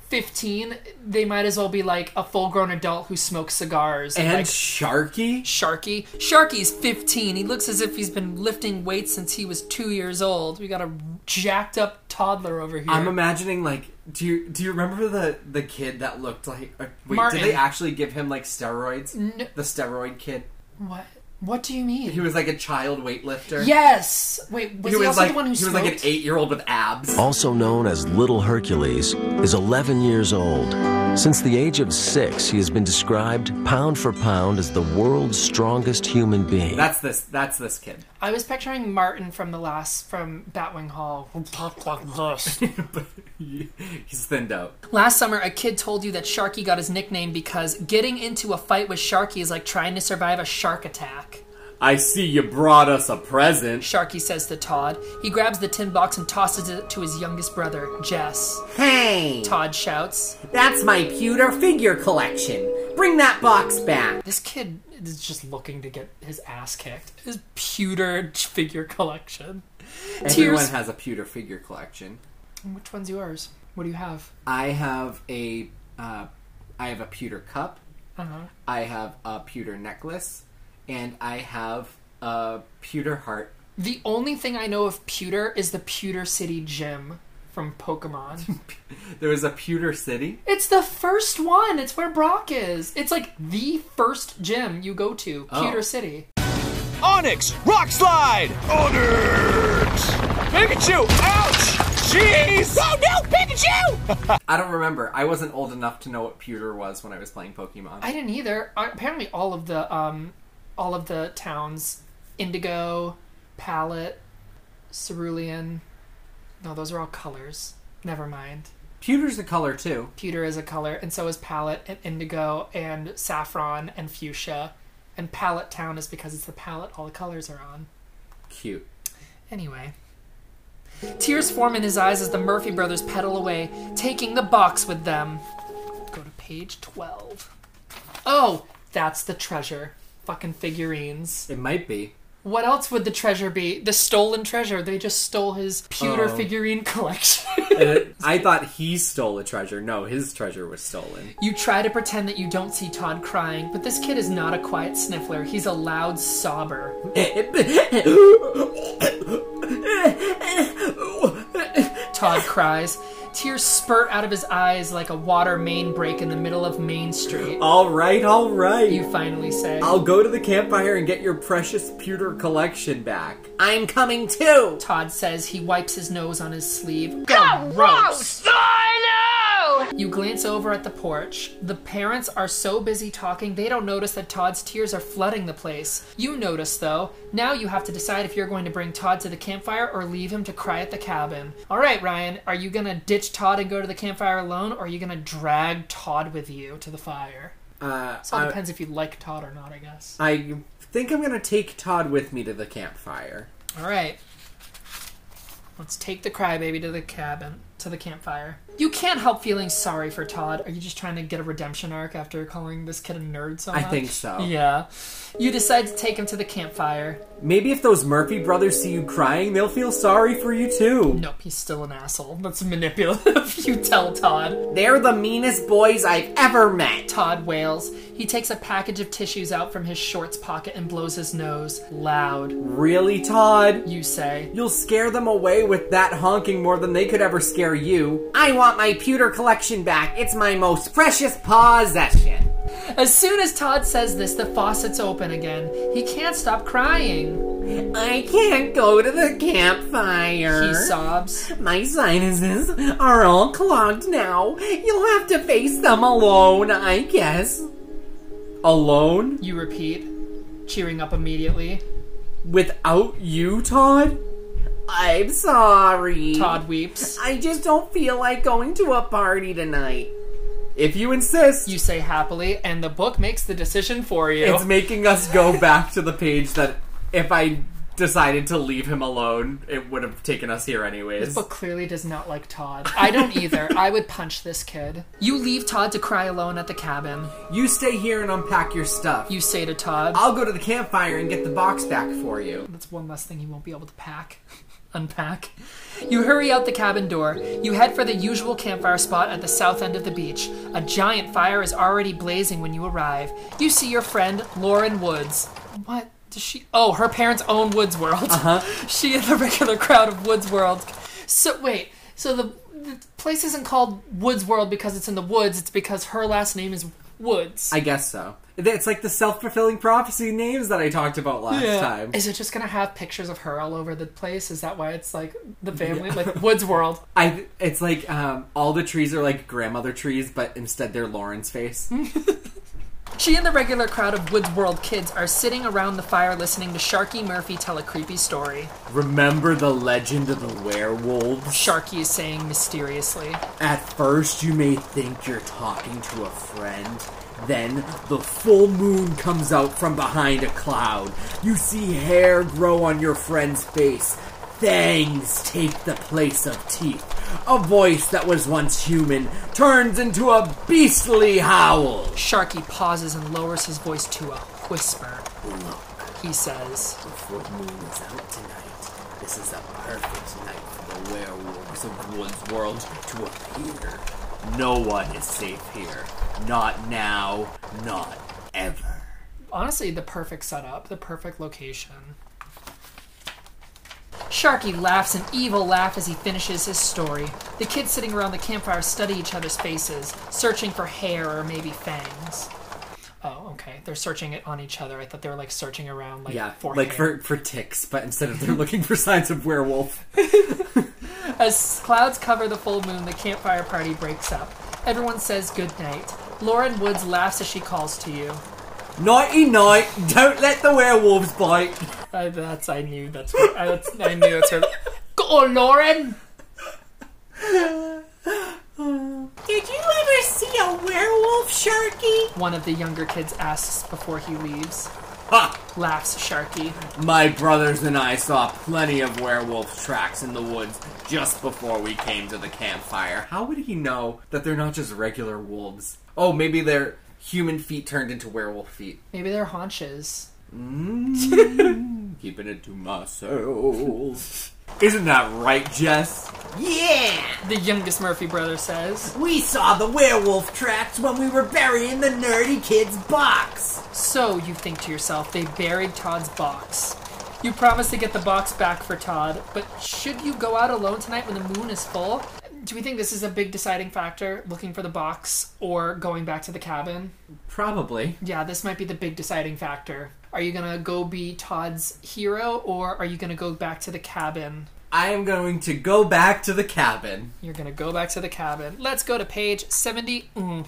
[SPEAKER 2] 15, they might as well be like a full grown adult who smokes cigars.
[SPEAKER 1] and
[SPEAKER 2] like,
[SPEAKER 1] Sharky?
[SPEAKER 2] Sharky. Sharky's 15. He looks as if he's been lifting weights since he was two years old. We got a jacked up toddler over here.
[SPEAKER 1] I'm imagining like do you do you remember the the kid that looked like uh, wait
[SPEAKER 2] Martin.
[SPEAKER 1] did they actually give him like steroids the steroid kid
[SPEAKER 2] what? What do you mean?
[SPEAKER 1] he was like a child weightlifter
[SPEAKER 2] yes. Wait, was
[SPEAKER 1] he,
[SPEAKER 2] he,
[SPEAKER 1] was
[SPEAKER 2] also
[SPEAKER 1] like
[SPEAKER 2] the one who
[SPEAKER 1] he was like an
[SPEAKER 2] smoked?
[SPEAKER 1] eight year old with abs
[SPEAKER 8] also known as Little Hercules, is 11 years old. Since the age of six, he has been described pound for pound as the world's strongest human being.
[SPEAKER 1] that's this that's this kid
[SPEAKER 2] I was picturing Martin from the last from Batwing Hall. Talk like this.
[SPEAKER 1] But he- he's thinned out
[SPEAKER 2] last summer, a kid told you that Sharky got his nickname because getting into a fight with Sharky is like trying to survive a shark attack.
[SPEAKER 1] I see you brought us a present
[SPEAKER 2] Sharky says to Todd. He grabs the tin box and tosses it to his youngest brother, Jess.
[SPEAKER 1] hey
[SPEAKER 2] Todd shouts.
[SPEAKER 1] that's my pewter figure collection bring that box back
[SPEAKER 2] This kid is just looking to get his ass kicked. His pewter figure collection.
[SPEAKER 1] everyone
[SPEAKER 2] Tears.
[SPEAKER 1] has a pewter figure collection
[SPEAKER 2] Which one's yours? What do you have?
[SPEAKER 1] I have a uh, I have a pewter cup. I have a pewter necklace, and I have a pewter heart.
[SPEAKER 2] The only thing I know of pewter is the Pewter City Gym from Pokemon.
[SPEAKER 1] There was a pewter city.
[SPEAKER 2] it's the first one. It's where Brock is. It's like the first gym you go to, Pewter City.
[SPEAKER 9] Onyx, Rock Slide! Onyx! Pikachu, ouch! Jeez! Oh no, Pikachu! Pikachu!
[SPEAKER 1] I don't remember. I wasn't old enough to know what pewter was when I was playing Pokemon.
[SPEAKER 2] I didn't either. Uh, Apparently, all of the um, all of the towns, indigo, palette, cerulean. No, those are all colors. Never mind.
[SPEAKER 1] Pewter's a color too.
[SPEAKER 2] Pewter is a color, and so is palette, and indigo, and saffron, and fuchsia. And palette town is because it's the palette all the colors are on.
[SPEAKER 1] Cute.
[SPEAKER 2] Anyway. Tears form in his eyes as the Murphy brothers pedal away, taking the box with them. Go to page 12. Oh, that's the treasure. Fucking figurines.
[SPEAKER 1] It might be.
[SPEAKER 2] What else would the treasure be? The stolen treasure. They just stole his pewter
[SPEAKER 1] Oh.
[SPEAKER 2] figurine collection.
[SPEAKER 1] I thought he stole a treasure. No, his treasure was stolen.
[SPEAKER 2] You try to pretend that you don't see Todd crying, but this kid is not a quiet sniffler. He's a loud sobber. Todd cries. Tears spurt out of his eyes like a water main break in the middle of Main Street.
[SPEAKER 1] All right, all right.
[SPEAKER 2] You finally say.
[SPEAKER 1] I'll go to the campfire and get your precious pewter collection back. I'm coming too.
[SPEAKER 2] Todd says he wipes his nose on his sleeve. Gross!
[SPEAKER 9] I
[SPEAKER 2] You glance over at the porch. The parents are so busy talking they don't notice that Todd's tears are flooding the place. You notice though. Now you have to decide if you're going to bring Todd to the campfire or leave him to cry at the cabin. All right, Ryan, are you gonna ditch Todd and go to the campfire alone, or are you gonna drag Todd with you to the fire?
[SPEAKER 1] Uh,
[SPEAKER 2] It all
[SPEAKER 1] I,
[SPEAKER 2] depends if you like Todd or not, I guess.
[SPEAKER 1] I think I'm gonna take Todd with me to the campfire.
[SPEAKER 2] All right. Let's take the crybaby to the cabin, to the campfire. You can't help feeling sorry for Todd. Are you just trying to get a redemption arc after calling this kid a nerd so
[SPEAKER 1] I
[SPEAKER 2] much?
[SPEAKER 1] think so.
[SPEAKER 2] Yeah. You decide to take him to the campfire.
[SPEAKER 1] Maybe if those Murphy brothers see you crying, they'll feel sorry for you too.
[SPEAKER 2] Nope, he's still an asshole. That's manipulative. you tell Todd.
[SPEAKER 1] They're the meanest boys I've ever met.
[SPEAKER 2] Todd wails. He takes a package of tissues out from his shorts pocket and blows his nose. Loud,
[SPEAKER 1] Really, Todd?
[SPEAKER 2] you say.
[SPEAKER 1] You'll scare them away with that honking more than they could ever scare you. I want my pewter collection back. It's my most precious possession.
[SPEAKER 2] As soon as Todd says this, the faucet's open again. He can't stop crying.
[SPEAKER 1] I can't go to the campfire.
[SPEAKER 2] He sobs.
[SPEAKER 1] My sinuses are all clogged now. You'll have to face them alone, I guess. Alone?
[SPEAKER 2] You repeat, cheering up immediately.
[SPEAKER 1] Without you, Todd? I'm sorry.
[SPEAKER 2] Todd weeps.
[SPEAKER 1] I just don't feel like going to a party tonight. If you insist,
[SPEAKER 2] You say happily, and the book makes the decision for you.
[SPEAKER 1] it's making us go back to the page that if I decided to leave him alone, it would have taken us here anyways.
[SPEAKER 2] But clearly does not like Todd. I don't either. I would punch this kid. You leave Todd to cry alone at the cabin.
[SPEAKER 1] You stay here and unpack your stuff.
[SPEAKER 2] You say to Todd,
[SPEAKER 1] I'll go to the campfire and get the box back for you.
[SPEAKER 2] That's one less thing you won't be able to pack. Unpack. You hurry out the cabin door. You head for the usual campfire spot at the south end of the beach. A giant fire is already blazing when you arrive. You see your friend, Lauren Woods. What? Does she. Oh, her parents own Woods World. Uh huh. she and the regular crowd of Woods World. So, wait. So the, the place isn't called Woods World because it's in the woods, it's because her last name is Woods.
[SPEAKER 1] I guess so. It's like the self fulfilling prophecy names that I talked about last time.
[SPEAKER 2] Is it just gonna have pictures of her all over the place? Is that why it's like the family, like Woods World?
[SPEAKER 1] I it's like um, all the trees are like grandmother trees, but instead they're Lauren's face.
[SPEAKER 2] She and the regular crowd of Woods World kids are sitting around the fire listening to Sharky Murphy tell a creepy story.
[SPEAKER 1] Remember the legend of the werewolves?
[SPEAKER 2] Sharky is saying mysteriously,
[SPEAKER 1] At first, you may think you're talking to a friend. Then the full moon comes out from behind a cloud. You see hair grow on your friend's face. Fangs take the place of teeth. A voice that was once human turns into a beastly howl.
[SPEAKER 2] Sharky pauses and lowers his voice to a whisper. He says,
[SPEAKER 1] The full moon is out tonight. This is a perfect night for the werewolves of Woods World to appear. No one is safe here. Not now, not ever.
[SPEAKER 2] honestly, the perfect setup, the perfect location. Sharky laughs an evil laugh as he finishes his story. The kids sitting around the campfire study each other's faces, searching for hair or maybe fangs. Oh, okay. They're searching it on each other. I thought they were like searching around, like
[SPEAKER 1] Yeah,
[SPEAKER 2] for
[SPEAKER 1] like
[SPEAKER 2] hair.
[SPEAKER 1] for, for ticks, but instead of they're looking for signs of werewolf.
[SPEAKER 2] As clouds cover the full moon, the campfire party breaks up. Everyone says good night. Lauren Woods laughs as she calls to you.
[SPEAKER 1] Nighty night, don't let the werewolves bite.
[SPEAKER 2] I, that's I knew that's what, I, that's, I knew that's her. Go, on, Lauren.
[SPEAKER 10] Did you ever see a werewolf, Sharky?
[SPEAKER 2] One of the younger kids asks before he leaves.
[SPEAKER 7] Ha!
[SPEAKER 2] Laughs Sharky.
[SPEAKER 7] My brothers and I saw plenty of werewolf tracks in the woods just before we came to the campfire.
[SPEAKER 1] How would he know that they're not just regular wolves? Oh, maybe they're human feet turned into werewolf feet.
[SPEAKER 2] Maybe they're haunches.
[SPEAKER 7] Keeping it to myself. Isn't that right, Jess?
[SPEAKER 1] Yeah,
[SPEAKER 2] The youngest Murphy brother says.
[SPEAKER 1] we saw the werewolf tracks when we were burying the nerdy kid's box.
[SPEAKER 2] So you think to yourself, they buried Todd's box. You promise to get the box back for Todd, but should you go out alone tonight when the moon is full? Do we think this is a big deciding factor, looking for the box or going back to the cabin?
[SPEAKER 1] Probably.
[SPEAKER 2] Yeah, this might be the big deciding factor. Are you gonna go be Todd's hero or are you gonna go back to the cabin?
[SPEAKER 1] I am going to go back to the cabin.
[SPEAKER 2] You're gonna go back to the cabin. Let's go to page 70. Mm.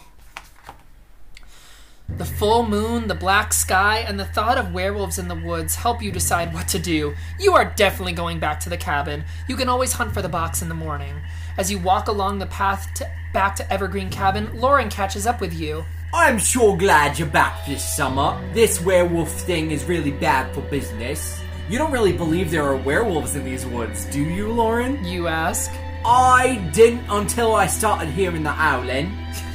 [SPEAKER 2] The full moon, the black sky, and the thought of werewolves in the woods help you decide what to do. You are definitely going back to the cabin. You can always hunt for the box in the morning. As you walk along the path to, back to Evergreen Cabin, Lauren catches up with you.
[SPEAKER 1] I'm sure glad you're back this summer. This werewolf thing is really bad for business. You don't really believe there are werewolves in these woods, do you, Lauren?
[SPEAKER 2] You ask.
[SPEAKER 1] I didn't until I started hearing the howling.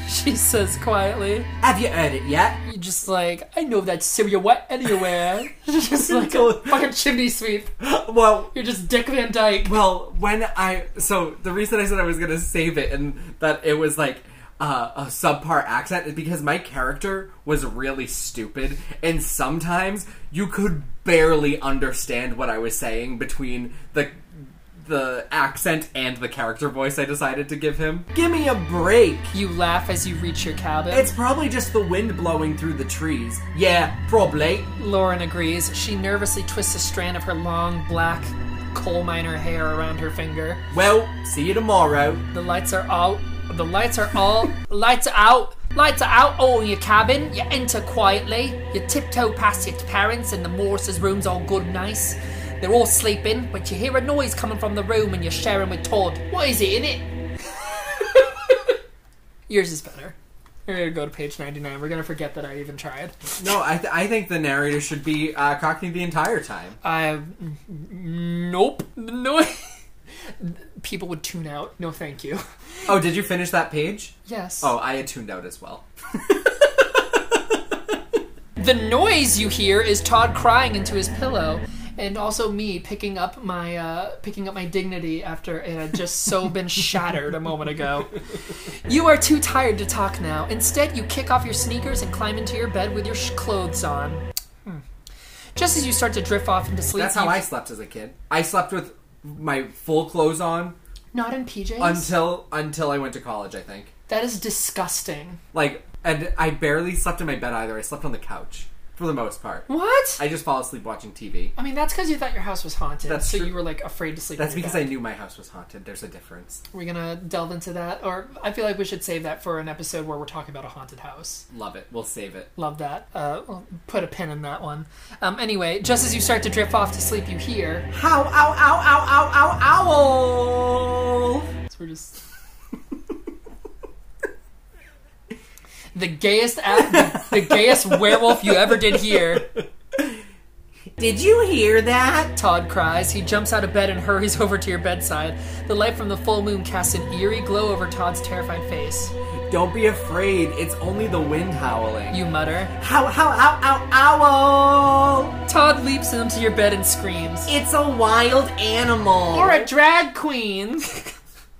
[SPEAKER 2] She says quietly.
[SPEAKER 1] Have you heard it yet?
[SPEAKER 2] You're just like, I know that Syria wet anywhere. just like a fucking chimney sweep.
[SPEAKER 1] Well,
[SPEAKER 2] You're just Dick Van Dyke.
[SPEAKER 1] well, when I so the reason I said I was gonna save it and that it was like uh, a subpar accent is because my character was really stupid, and sometimes you could barely understand what I was saying between the the accent and the character voice I decided to give him. Give me a break.
[SPEAKER 2] You laugh as you reach your cabin.
[SPEAKER 1] It's probably just the wind blowing through the trees. Yeah, probably.
[SPEAKER 2] Lauren agrees. She nervously twists a strand of her long, black coal miner hair around her finger.
[SPEAKER 1] Well, see you tomorrow.
[SPEAKER 2] The lights are out. The lights are all. lights are out. Lights are out all in your cabin. You enter quietly. You tiptoe past your parents, and the Morse's room's all good and nice. They're all sleeping, but you hear a noise coming from the room, and you're sharing with Todd. What is it in it? Yours is better. We're gonna go to page ninety-nine. We're gonna forget that I even tried.
[SPEAKER 1] No, I, th- I think the narrator should be uh, Cockney the entire time.
[SPEAKER 2] I nope. No. People would tune out. No, thank you.
[SPEAKER 1] Oh, did you finish that page?
[SPEAKER 2] Yes.
[SPEAKER 1] Oh, I had tuned out as well.
[SPEAKER 2] The noise you hear is Todd crying into his pillow, and also me picking up my uh, picking up my dignity after it had just so been shattered a moment ago. You are too tired to talk now. Instead, you kick off your sneakers and climb into your bed with your sh- clothes on. Hmm. Just as you start to drift off into sleep,
[SPEAKER 1] That's how
[SPEAKER 2] you-
[SPEAKER 1] I slept as a kid. I slept with my full clothes on
[SPEAKER 2] not in PJs.
[SPEAKER 1] until until I went to college. I think
[SPEAKER 2] that is disgusting.
[SPEAKER 1] like, and I barely slept in my bed either. I slept on the couch for the most part.
[SPEAKER 2] What?
[SPEAKER 1] I just fall asleep watching TV.
[SPEAKER 2] I mean, that's because you thought your house was haunted,
[SPEAKER 1] That's
[SPEAKER 2] so
[SPEAKER 1] true.
[SPEAKER 2] you were like afraid to sleep.
[SPEAKER 1] That's
[SPEAKER 2] in your
[SPEAKER 1] because
[SPEAKER 2] bed.
[SPEAKER 1] I knew my house was haunted. There's a difference.
[SPEAKER 2] we're gonna delve into that, or I feel like we should save that for an episode where we're talking about a haunted house.
[SPEAKER 1] Love it. We'll save it.
[SPEAKER 2] Love that. Uh, we'll put a pin in that one. Um, anyway, just as you start to drift off to sleep, you hear.
[SPEAKER 1] How ow ow ow ow ow owl.
[SPEAKER 2] So we're just. the gayest, a- the gayest werewolf you ever did hear.
[SPEAKER 1] Did you hear that?
[SPEAKER 2] Todd cries. He jumps out of bed and hurries over to your bedside. The light from the full moon casts an eerie glow over Todd's terrified face.
[SPEAKER 1] Don't be afraid. It's only the wind howling.
[SPEAKER 2] You mutter.
[SPEAKER 1] How how ow ow owl.
[SPEAKER 2] Todd leaps into your bed and screams.
[SPEAKER 1] It's a wild animal.
[SPEAKER 2] Or a drag queen!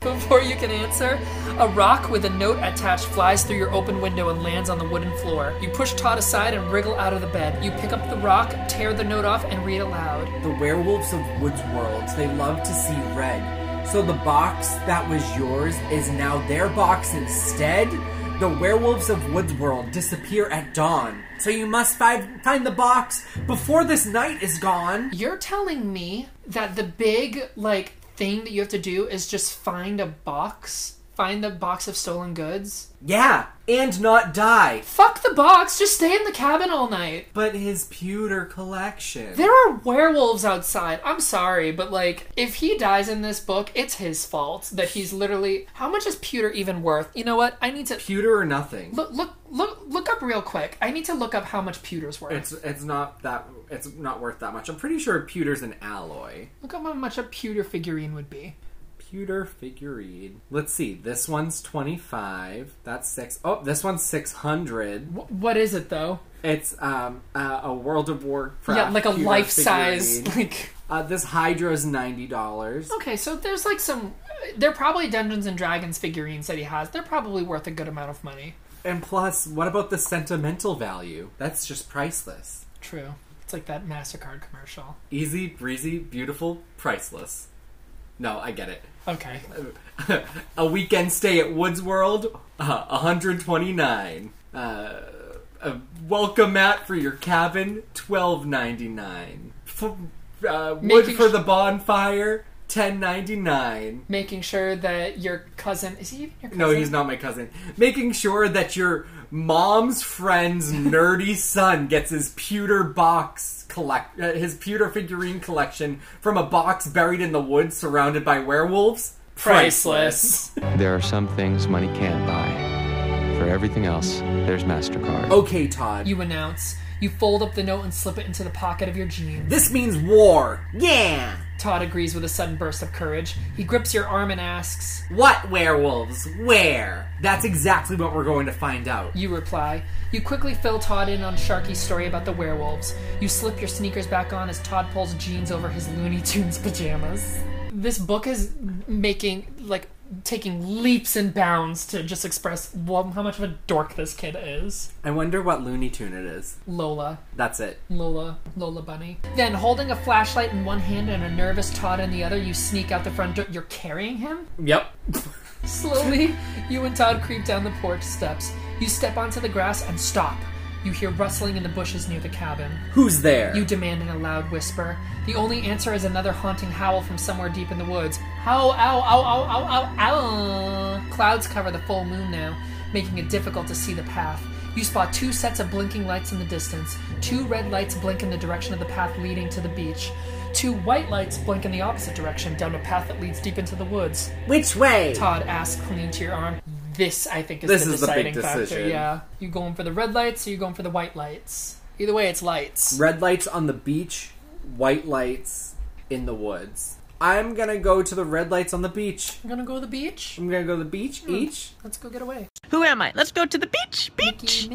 [SPEAKER 2] Before you can answer, a rock with a note attached flies through your open window and lands on the wooden floor. You push Todd aside and wriggle out of the bed. You pick up the rock, tear the note off, and read aloud.
[SPEAKER 1] The werewolves of Woods Worlds, they love to see red. So the box that was yours is now their box instead? The werewolves of Woods World disappear at dawn. So you must find, find the box before this night is gone.
[SPEAKER 2] You're telling me that the big, like, thing that you have to do is just find a box, find the box of stolen goods.
[SPEAKER 1] Yeah, and not die.
[SPEAKER 2] Fuck the box, just stay in the cabin all night.
[SPEAKER 1] But his pewter collection.
[SPEAKER 2] There are werewolves outside. I'm sorry, but like, if he dies in this book, it's his fault that he's literally. How much is pewter even worth? You know what? I need to
[SPEAKER 1] pewter or nothing.
[SPEAKER 2] look, look, look, look up real quick. I need to look up how much pewter's worth.
[SPEAKER 1] It's it's not that it's not worth that much. I'm pretty sure pewter's an alloy.
[SPEAKER 2] look up how much a pewter figurine would be.
[SPEAKER 1] Pewter figurine. Let's see. This one's 25. That's 6. Oh, this one's 600.
[SPEAKER 2] Wh- What is it though?
[SPEAKER 1] It's um uh, a World of Warcraft.
[SPEAKER 2] Yeah, like a
[SPEAKER 1] pewter
[SPEAKER 2] life size. Oh.
[SPEAKER 1] figurine.
[SPEAKER 2] Like
[SPEAKER 1] Uh, this Hydra's $90.
[SPEAKER 2] okay, so there's like some. They're probably Dungeons and Dragons figurines that he has. They're probably worth a good amount of money.
[SPEAKER 1] And plus, what about the sentimental value? That's just priceless.
[SPEAKER 2] True. It's like that Mastercard commercial.
[SPEAKER 1] Easy, breezy, beautiful, priceless. No, I get it.
[SPEAKER 2] Okay.
[SPEAKER 1] a weekend stay at Woods World, uh, 129. Uh, a welcome mat for your cabin, 1299. F- uh, wood
[SPEAKER 2] Making
[SPEAKER 1] for
[SPEAKER 2] sh-
[SPEAKER 1] the bonfire, 1099.
[SPEAKER 2] Making sure that your cousin is he even your cousin?
[SPEAKER 1] No, he's not my cousin. Making sure that your mom's friend's nerdy son gets his pewter box collect uh, his pewter figurine collection from a box buried in the woods surrounded by werewolves.
[SPEAKER 2] Priceless.
[SPEAKER 11] There are some things money can't buy. For everything else, there's MasterCard.
[SPEAKER 1] Okay, Todd.
[SPEAKER 2] You announce. You fold up the note and slip it into the pocket of your jeans.
[SPEAKER 1] this means war.
[SPEAKER 10] Yeah.
[SPEAKER 2] Todd agrees with a sudden burst of courage. He grips your arm and asks.
[SPEAKER 1] What werewolves? Where? That's exactly what we're going to find out.
[SPEAKER 2] You reply. You quickly fill Todd in on Sharky's story about the werewolves. You slip your sneakers back on as Todd pulls jeans over his Looney Tunes pajamas. This book is making, like, taking leaps and bounds to just express well, how much of a dork this kid is.
[SPEAKER 1] I wonder what Looney Tune it is.
[SPEAKER 2] Lola.
[SPEAKER 1] That's it.
[SPEAKER 2] Lola, Lola Bunny. Then, holding a flashlight in one hand and a nervous Todd in the other, you sneak out the front door. You're carrying him?
[SPEAKER 1] Yep.
[SPEAKER 2] Slowly, you and Todd creep down the porch steps. You step onto the grass and stop. You hear rustling in the bushes near the cabin.
[SPEAKER 1] Who's there?
[SPEAKER 2] You demand in a loud whisper. The only answer is another haunting howl from somewhere deep in the woods. Ow, ow, ow, ow, ow, ow, ow. Clouds cover the full moon now, making it difficult to see the path. You spot two sets of blinking lights in the distance. Two red lights blink in the direction of the path leading to the beach. Two white lights blink in the opposite direction, down a path that leads deep into the woods.
[SPEAKER 10] Which way?
[SPEAKER 2] Todd asks, clinging to your arm. This, I think, is
[SPEAKER 1] This
[SPEAKER 2] the
[SPEAKER 1] is the
[SPEAKER 2] deciding
[SPEAKER 1] big
[SPEAKER 2] factor.
[SPEAKER 1] decision.
[SPEAKER 2] Yeah, you going for the red lights or you going for the white lights? Either way, it's lights.
[SPEAKER 1] Red lights on the beach, white lights in the woods. I'm gonna go to the red lights on the beach.
[SPEAKER 2] I'm gonna go to the beach.
[SPEAKER 1] I'm gonna go to the beach, each.
[SPEAKER 2] Let's go get away.
[SPEAKER 10] Who am I? Let's go to the beach. Beach.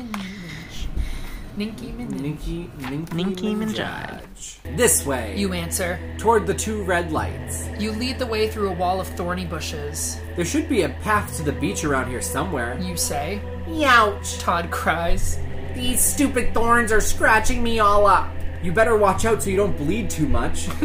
[SPEAKER 2] Ninky Minnie.
[SPEAKER 1] Ninky, Ninky, Ninky Minjaj. This way.
[SPEAKER 2] You answer.
[SPEAKER 1] Toward the two red lights.
[SPEAKER 2] You lead the way through a wall of thorny bushes.
[SPEAKER 1] There should be a path to the beach around here somewhere.
[SPEAKER 2] You say.
[SPEAKER 10] Youch.
[SPEAKER 2] Todd cries.
[SPEAKER 1] These stupid thorns are scratching me all up. You better watch out so you don't bleed too much.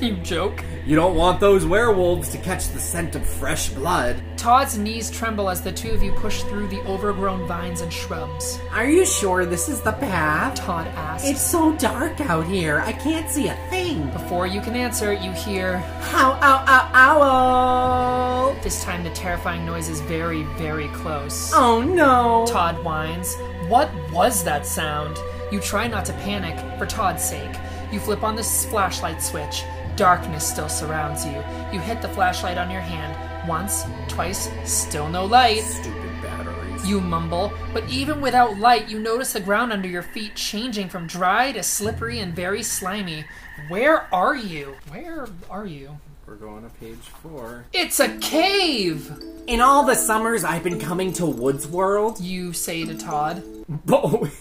[SPEAKER 2] You joke.
[SPEAKER 1] you don't want those werewolves to catch the scent of fresh blood.
[SPEAKER 2] Todd's knees tremble as the two of you push through the overgrown vines and shrubs.
[SPEAKER 1] Are you sure this is the path?
[SPEAKER 2] Todd asks.
[SPEAKER 1] It's so dark out here. I can't see a thing.
[SPEAKER 2] Before you can answer, you hear.
[SPEAKER 1] Ow, ow, ow, ow.
[SPEAKER 2] This time the terrifying noise is very, very close.
[SPEAKER 1] Oh no.
[SPEAKER 2] Todd whines. What was that sound? You try not to panic, for Todd's sake. You flip on the s- flashlight switch. Darkness still surrounds you. You hit the flashlight on your hand. Once, twice, still no light.
[SPEAKER 1] Stupid batteries.
[SPEAKER 2] You mumble, but even without light, you notice the ground under your feet changing from dry to slippery and very slimy. Where are you? Where are you?
[SPEAKER 1] We're going to page four.
[SPEAKER 2] It's a cave!
[SPEAKER 1] In all the summers I've been coming to Woods World.
[SPEAKER 2] You say to Todd.
[SPEAKER 1] Bo-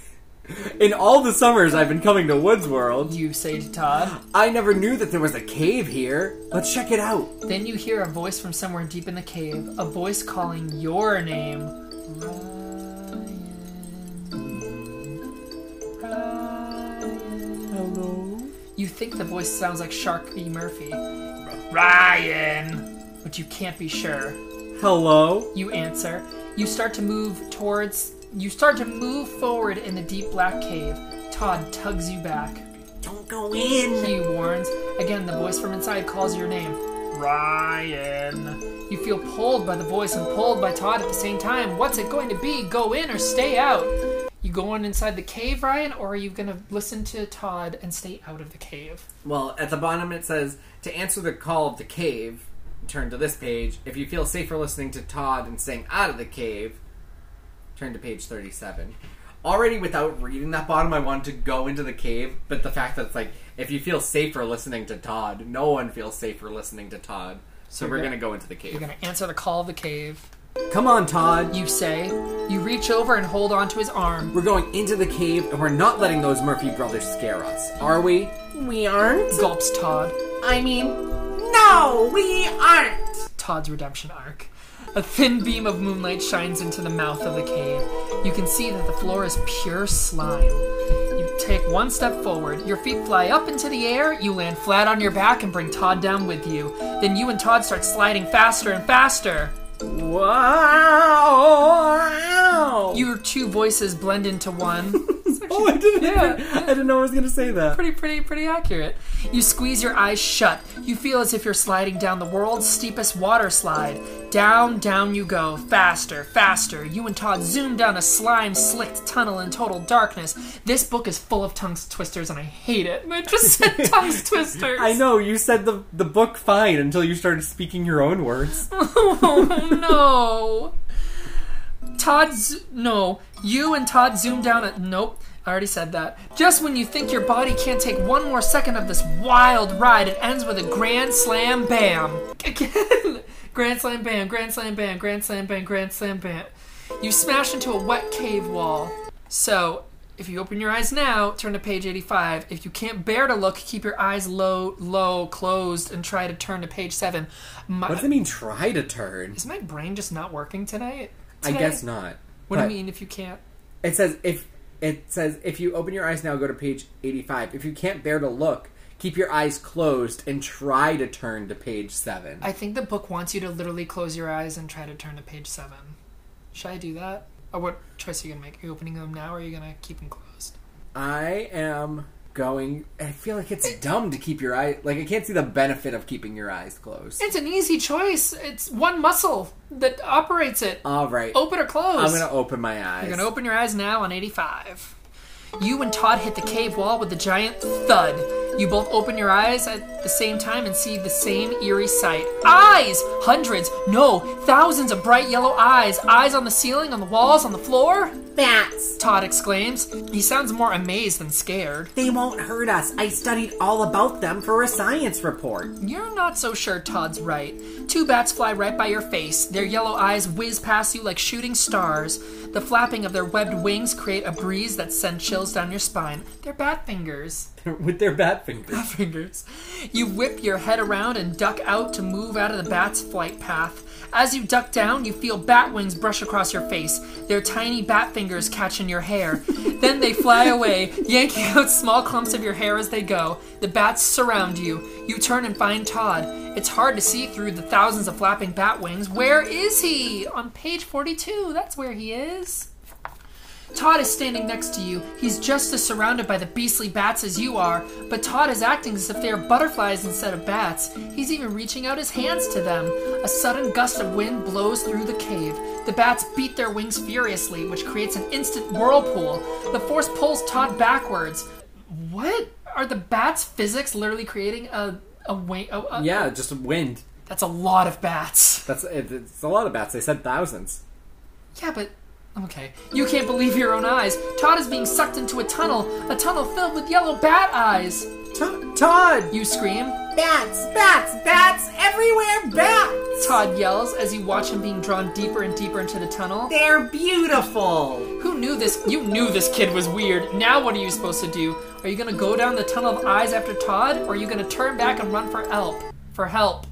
[SPEAKER 1] In all the summers I've been coming to Woods World.
[SPEAKER 2] You say to Todd.
[SPEAKER 1] I never knew that there was a cave here. Let's check it out.
[SPEAKER 2] Then you hear a voice from somewhere deep in the cave, a voice calling your name. Ryan. Ryan.
[SPEAKER 1] Hello.
[SPEAKER 2] You think the voice sounds like Sharky Murphy. Ryan! But you can't be sure.
[SPEAKER 1] Hello.
[SPEAKER 2] You answer. You start to move towards. You start to move forward in the deep black cave. Todd tugs you back.
[SPEAKER 10] Don't go in.
[SPEAKER 2] He warns. Again, the voice from inside calls your name. Ryan. You feel pulled by the voice and pulled by Todd at the same time. What's it going to be? Go in or stay out? You going inside the cave, Ryan, or are you going to listen to Todd and stay out of the cave?
[SPEAKER 1] Well, at the bottom it says to answer the call of the cave, turn to this page. If you feel safer listening to Todd and staying out of the cave, turn to page 37. Already without reading that bottom, I wanted to go into the cave, but the fact that it's like, if you feel safer listening to Todd, no one feels safer listening to Todd. So,
[SPEAKER 2] You're
[SPEAKER 1] we're
[SPEAKER 2] gonna-
[SPEAKER 1] going to go into the cave.
[SPEAKER 2] You're going to answer the call of the cave.
[SPEAKER 1] Come on, Todd.
[SPEAKER 2] You say, you reach over and hold onto his arm.
[SPEAKER 1] We're going into the cave, and we're not letting those Murphy brothers scare us, are we?
[SPEAKER 10] We aren't?
[SPEAKER 2] Gulps Todd.
[SPEAKER 10] I mean, no, we aren't.
[SPEAKER 2] Todd's redemption arc. A thin beam of moonlight shines into the mouth of the cave. You can see that the floor is pure slime. You take one step forward, your feet fly up into the air, you land flat on your back and bring Todd down with you. Then you and Todd start sliding faster and faster.
[SPEAKER 1] Wow!
[SPEAKER 2] Your two voices blend into one.
[SPEAKER 1] oh, I didn't,
[SPEAKER 2] Yeah.
[SPEAKER 1] I didn't know I was going to say that.
[SPEAKER 2] pretty, pretty, pretty accurate. You squeeze your eyes shut. You feel as if you're sliding down the world's steepest water slide. Down, down you go, faster, faster. You and Todd zoom down a slime slicked tunnel in total darkness. This book is full of tongue twisters, and I hate it. I just said tongue twisters.
[SPEAKER 1] I know, you said the, the book fine until you started speaking your own words.
[SPEAKER 2] oh no. Todd, z- no. You and Todd zoom down at. Nope. I already said that. Just when you think your body can't take one more second of this wild ride, it ends with a grand slam bam. Again. grand slam bam, grand slam bam, grand slam bam, grand slam bam. You smash into a wet cave wall. So, if you open your eyes now, turn to page 85. If you can't bear to look, keep your eyes low, low, closed, and try to turn to page 7. My,
[SPEAKER 1] What does it mean, try to turn?
[SPEAKER 2] is my brain just not working tonight?
[SPEAKER 1] I guess not.
[SPEAKER 2] What do you
[SPEAKER 1] But
[SPEAKER 2] mean if you can't?
[SPEAKER 1] It says if it says if you open your eyes now, go to page eighty-five. If you can't bear to look, keep your eyes closed and try to turn to page seven.
[SPEAKER 2] I think the book wants you to literally close your eyes and try to turn to page seven. Should I do that? Or what choice are you gonna make? Are you opening them now, or are you gonna keep them closed?
[SPEAKER 1] I am going. I feel like it's dumb to keep your eye. Like I can't see the benefit of keeping your eyes closed.
[SPEAKER 2] It's an easy choice. It's one muscle that operates it.
[SPEAKER 1] All right,
[SPEAKER 2] Open or close.
[SPEAKER 1] Uh, I'm gonna open my eyes.
[SPEAKER 2] You're gonna open your eyes now on 85. You and Todd hit the cave wall with a giant thud. You both open your eyes at the same time and see the same eerie sight. Eyes! Hundreds, no, thousands of bright yellow eyes. Eyes on the ceiling, on the walls, on the floor.
[SPEAKER 10] Bats.
[SPEAKER 2] Todd exclaims. He sounds more amazed than scared.
[SPEAKER 10] They won't hurt us. I studied all about them for a science report.
[SPEAKER 2] You're not so sure Todd's right. Two bats fly right by your face. Their yellow eyes whiz past you like shooting stars. The flapping of their webbed wings create a breeze that sends chills down your spine. They're bat fingers.
[SPEAKER 1] with their bat fingers.
[SPEAKER 2] fingers. You whip your head around and duck out to move out of the bat's flight path. As you duck down, you feel bat wings brush across your face, their tiny bat fingers catch in your hair. then they fly away, yanking out small clumps of your hair as they go. The bats surround you. You turn and find Todd. It's hard to see through the thousands of flapping bat wings. Where is he? On page 42, that's where he is. Todd is standing next to you. He's just as surrounded by the beastly bats as you are, but Todd is acting as if they are butterflies instead of bats. He's even reaching out his hands to them. A sudden gust of wind blows through the cave. The bats beat their wings furiously, which creates an instant whirlpool. The force pulls Todd backwards. What? Are the bats' physics literally creating a a wing? A, a,
[SPEAKER 1] Yeah, just wind.
[SPEAKER 2] That's a lot of bats.
[SPEAKER 1] That's it- it's a lot of bats. They said thousands.
[SPEAKER 2] Yeah, but. Okay. You can't believe your own eyes. Todd is being sucked into a tunnel, a tunnel filled with yellow bat eyes.
[SPEAKER 1] To- Todd,
[SPEAKER 2] You scream.
[SPEAKER 10] Bats, bats, bats, everywhere bats.
[SPEAKER 2] Todd yells as you watch him being drawn deeper and deeper into the tunnel.
[SPEAKER 10] They're beautiful.
[SPEAKER 2] Who knew this? You knew this kid was weird. Now what are you supposed to do? Are you gonna go down the tunnel of eyes after Todd, or are you gonna turn back and run for help? For help.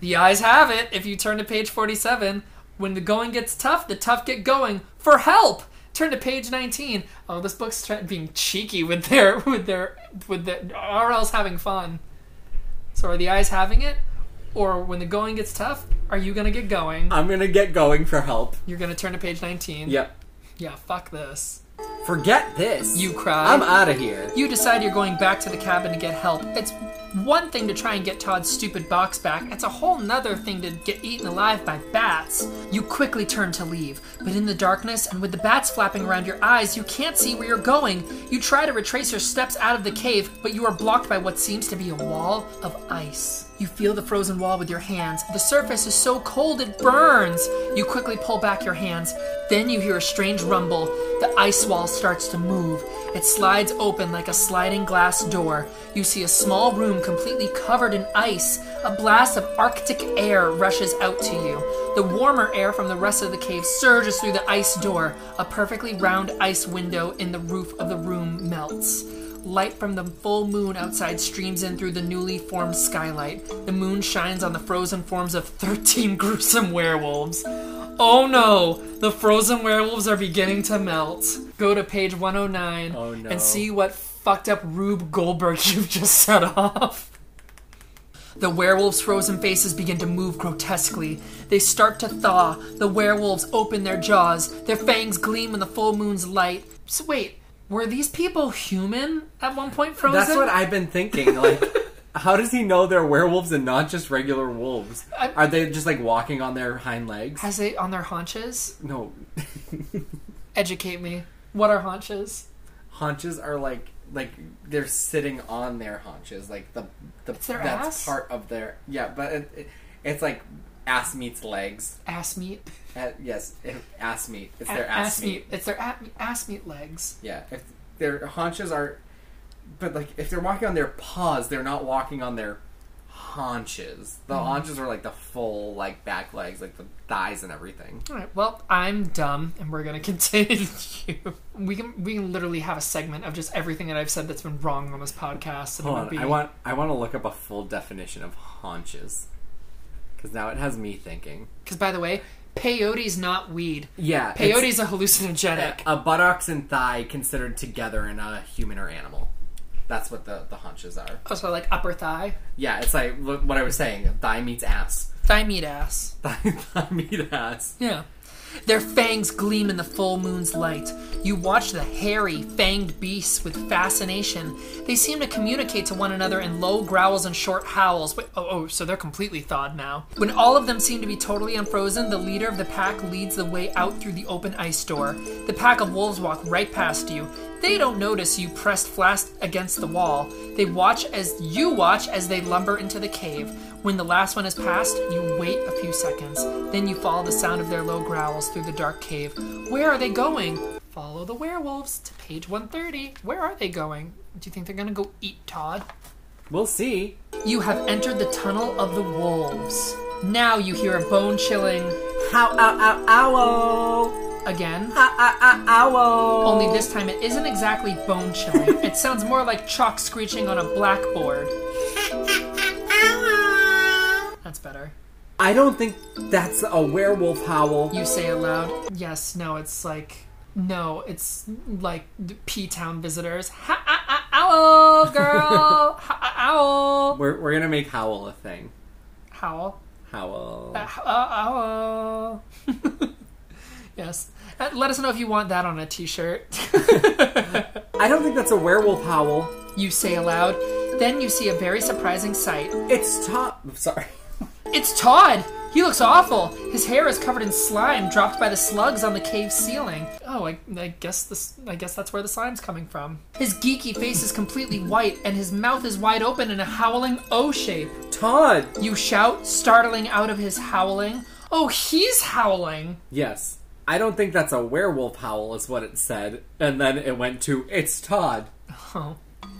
[SPEAKER 2] The eyes have it. If you turn to page 47, when the going gets tough, the tough get going. For help. Turn to page 19. Oh, this book's try- being cheeky with their with their with their RL's having fun. So are the eyes having it, or when the going gets tough, are you gonna get going?
[SPEAKER 1] I'm gonna get going for help.
[SPEAKER 2] You're gonna turn to page 19.
[SPEAKER 1] Yep.
[SPEAKER 2] Yeah. Fuck this.
[SPEAKER 1] Forget this.
[SPEAKER 2] You cry.
[SPEAKER 1] I'm out of here.
[SPEAKER 2] You decide you're going back to the cabin to get help. It's one thing to try and get Todd's stupid box back, it's a whole nother thing to get eaten alive by bats. You quickly turn to leave, but in the darkness and with the bats flapping around your eyes, you can't see where you're going. You try to retrace your steps out of the cave, but you are blocked by what seems to be a wall of ice. You feel the frozen wall with your hands. The surface is so cold it burns. You quickly pull back your hands. Then you hear a strange rumble. The ice wall starts to move. It slides open like a sliding glass door. You see a small room completely covered in ice. A blast of arctic air rushes out to you. The warmer air from the rest of the cave surges through the ice door. A perfectly round ice window in the roof of the room melts. Light from the full moon outside streams in through the newly formed skylight. The moon shines on the frozen forms of 13 gruesome werewolves. Oh no! The frozen werewolves are beginning to melt. Go to page 109
[SPEAKER 1] Oh, no.
[SPEAKER 2] and see what fucked up Rube Goldberg you've just set off. The werewolves' frozen faces begin to move grotesquely. They start to thaw. The werewolves open their jaws. Their fangs gleam in the full moon's light. So, wait, were these people human at one point frozen?
[SPEAKER 1] That's what I've been thinking. Like, how does he know they're werewolves and not just regular wolves? Are they just like walking on their hind legs?
[SPEAKER 2] Has it on their haunches?
[SPEAKER 1] no,
[SPEAKER 2] Educate me. What are haunches?
[SPEAKER 1] haunches are like like they're sitting on their haunches. Like the the
[SPEAKER 2] their
[SPEAKER 1] that's
[SPEAKER 2] ass?
[SPEAKER 1] part of their yeah. But it, it, it's like ass meets legs.
[SPEAKER 2] Ass meat.
[SPEAKER 1] Uh, yes, it- ass meat. It's
[SPEAKER 2] A-
[SPEAKER 1] their ass, meat.
[SPEAKER 2] It's their a- ass meat legs.
[SPEAKER 1] Yeah, if their haunches are, but like if they're walking on their paws, they're not walking on their haunches. The
[SPEAKER 2] Mm-hmm.
[SPEAKER 1] haunches are like the full like back legs, like the thighs and everything.
[SPEAKER 2] All right. Well, I'm dumb, and we're gonna continue. we can we can literally have a segment of just everything that I've said that's been wrong on this podcast. And it
[SPEAKER 1] Hold
[SPEAKER 2] would
[SPEAKER 1] on,
[SPEAKER 2] be-
[SPEAKER 1] I want I want to look up a full definition of haunches because now it has me thinking.
[SPEAKER 2] Because by the way, peyote's not weed.
[SPEAKER 1] Yeah, it's-
[SPEAKER 2] Peyote's a hallucinogenic.
[SPEAKER 1] a buttocks and thigh considered together in a human or animal. That's what the the haunches are.
[SPEAKER 2] Oh, so like upper thigh,
[SPEAKER 1] Yeah, it's like wh- what I was saying. Thigh meets ass.
[SPEAKER 2] thigh meat ass.
[SPEAKER 1] Thigh, thigh meet ass.
[SPEAKER 2] Yeah. Their fangs gleam in the full moon's light. You watch the hairy, fanged beasts with fascination. They seem to communicate to one another in low growls and short howls. Wait, oh, oh, so they're completely thawed now. When all of them seem to be totally unfrozen, the leader of the pack leads the way out through the open ice door. The pack of wolves walk right past you. They don't notice you pressed fast against the wall. They watch as you watch as they lumber into the cave. When the last one is passed, you wait a few seconds. Then you follow the sound of their low growls through the dark cave. Where are they going? Follow the werewolves to page 130. Where are they going? Do you think they're going to go eat Todd?
[SPEAKER 1] We'll see.
[SPEAKER 2] You have entered the tunnel of the wolves. Now you hear a bone chilling
[SPEAKER 1] How ow ow ow.
[SPEAKER 2] again.
[SPEAKER 1] Owl.
[SPEAKER 2] Only this time it isn't exactly bone chilling. it sounds more like chalk screeching on a blackboard. That's better.
[SPEAKER 1] I don't think that's a werewolf howl.
[SPEAKER 2] You say aloud, yes, no, it's like, no, it's like P Town visitors. Ha ah, ah, owl, girl! ha ah, owl!
[SPEAKER 1] We're, we're gonna make howl a thing.
[SPEAKER 2] Howl.
[SPEAKER 1] Howl.
[SPEAKER 2] Ah, ah, owl. yes. Uh, Let us know if you want that on a t shirt.
[SPEAKER 1] I don't think that's a werewolf howl.
[SPEAKER 2] you say aloud. Then you see a very surprising sight.
[SPEAKER 1] It's top. Sorry.
[SPEAKER 2] It's Todd! He looks awful. His hair is covered in slime dropped by the slugs on the cave ceiling. Oh, I, I guess this I guess that's where the slime's coming from. His geeky face is completely white and his mouth is wide open in a howling O shape.
[SPEAKER 1] Todd.
[SPEAKER 2] You shout, startling out of his howling. Oh, he's howling.
[SPEAKER 1] Yes. I don't think that's a werewolf howl, is what it said. And then it went to, it's Todd.
[SPEAKER 2] Oh.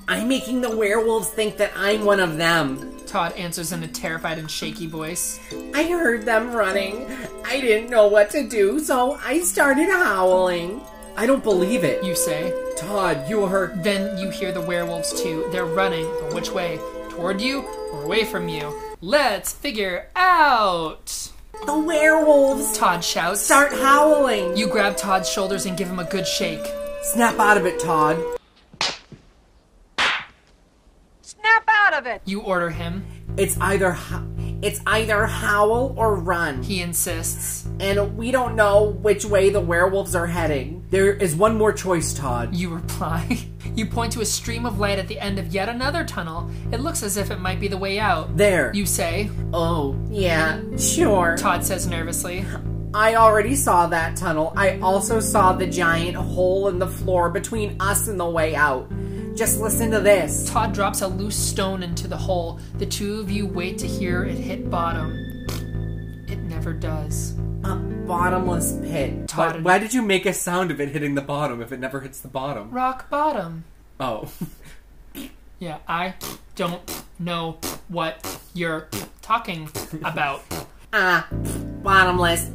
[SPEAKER 1] I'm making the werewolves think that I'm one of them.
[SPEAKER 2] Todd answers in a terrified and shaky voice.
[SPEAKER 1] I heard them running. I didn't know what to do, so I started howling. I don't believe it.
[SPEAKER 2] You say,
[SPEAKER 1] Todd, you are.
[SPEAKER 2] Then you hear the werewolves too. They're running, but which way? Toward you or away from you? Let's figure out.
[SPEAKER 1] The werewolves
[SPEAKER 2] Todd shouts.
[SPEAKER 1] start howling.
[SPEAKER 2] You grab Todd's shoulders and give him a good shake.
[SPEAKER 1] Snap out of it, Todd.
[SPEAKER 4] Snap out of it.
[SPEAKER 2] You order him.
[SPEAKER 1] It's either ho- it's either howl or run,
[SPEAKER 2] He insists.
[SPEAKER 1] and we don't know which way the werewolves are heading.
[SPEAKER 12] There is one more choice, Todd.
[SPEAKER 2] You reply. You point to a stream of light at the end of yet another tunnel. It looks as if it might be the way out.
[SPEAKER 12] There.
[SPEAKER 2] You say.
[SPEAKER 12] Oh, yeah, sure.
[SPEAKER 2] Todd says nervously.
[SPEAKER 12] I already saw that tunnel. I also saw the giant hole in the floor between us and the way out. Just listen to this.
[SPEAKER 2] Todd drops a loose stone into the hole. The two of you wait to hear it hit bottom. It never does.
[SPEAKER 12] A bottomless pit.
[SPEAKER 1] Why, why did you make a sound of it hitting the bottom if it never hits the bottom?
[SPEAKER 2] Rock bottom.
[SPEAKER 1] Oh.
[SPEAKER 2] Yeah, I don't know what you're talking about.
[SPEAKER 12] Ah, bottomless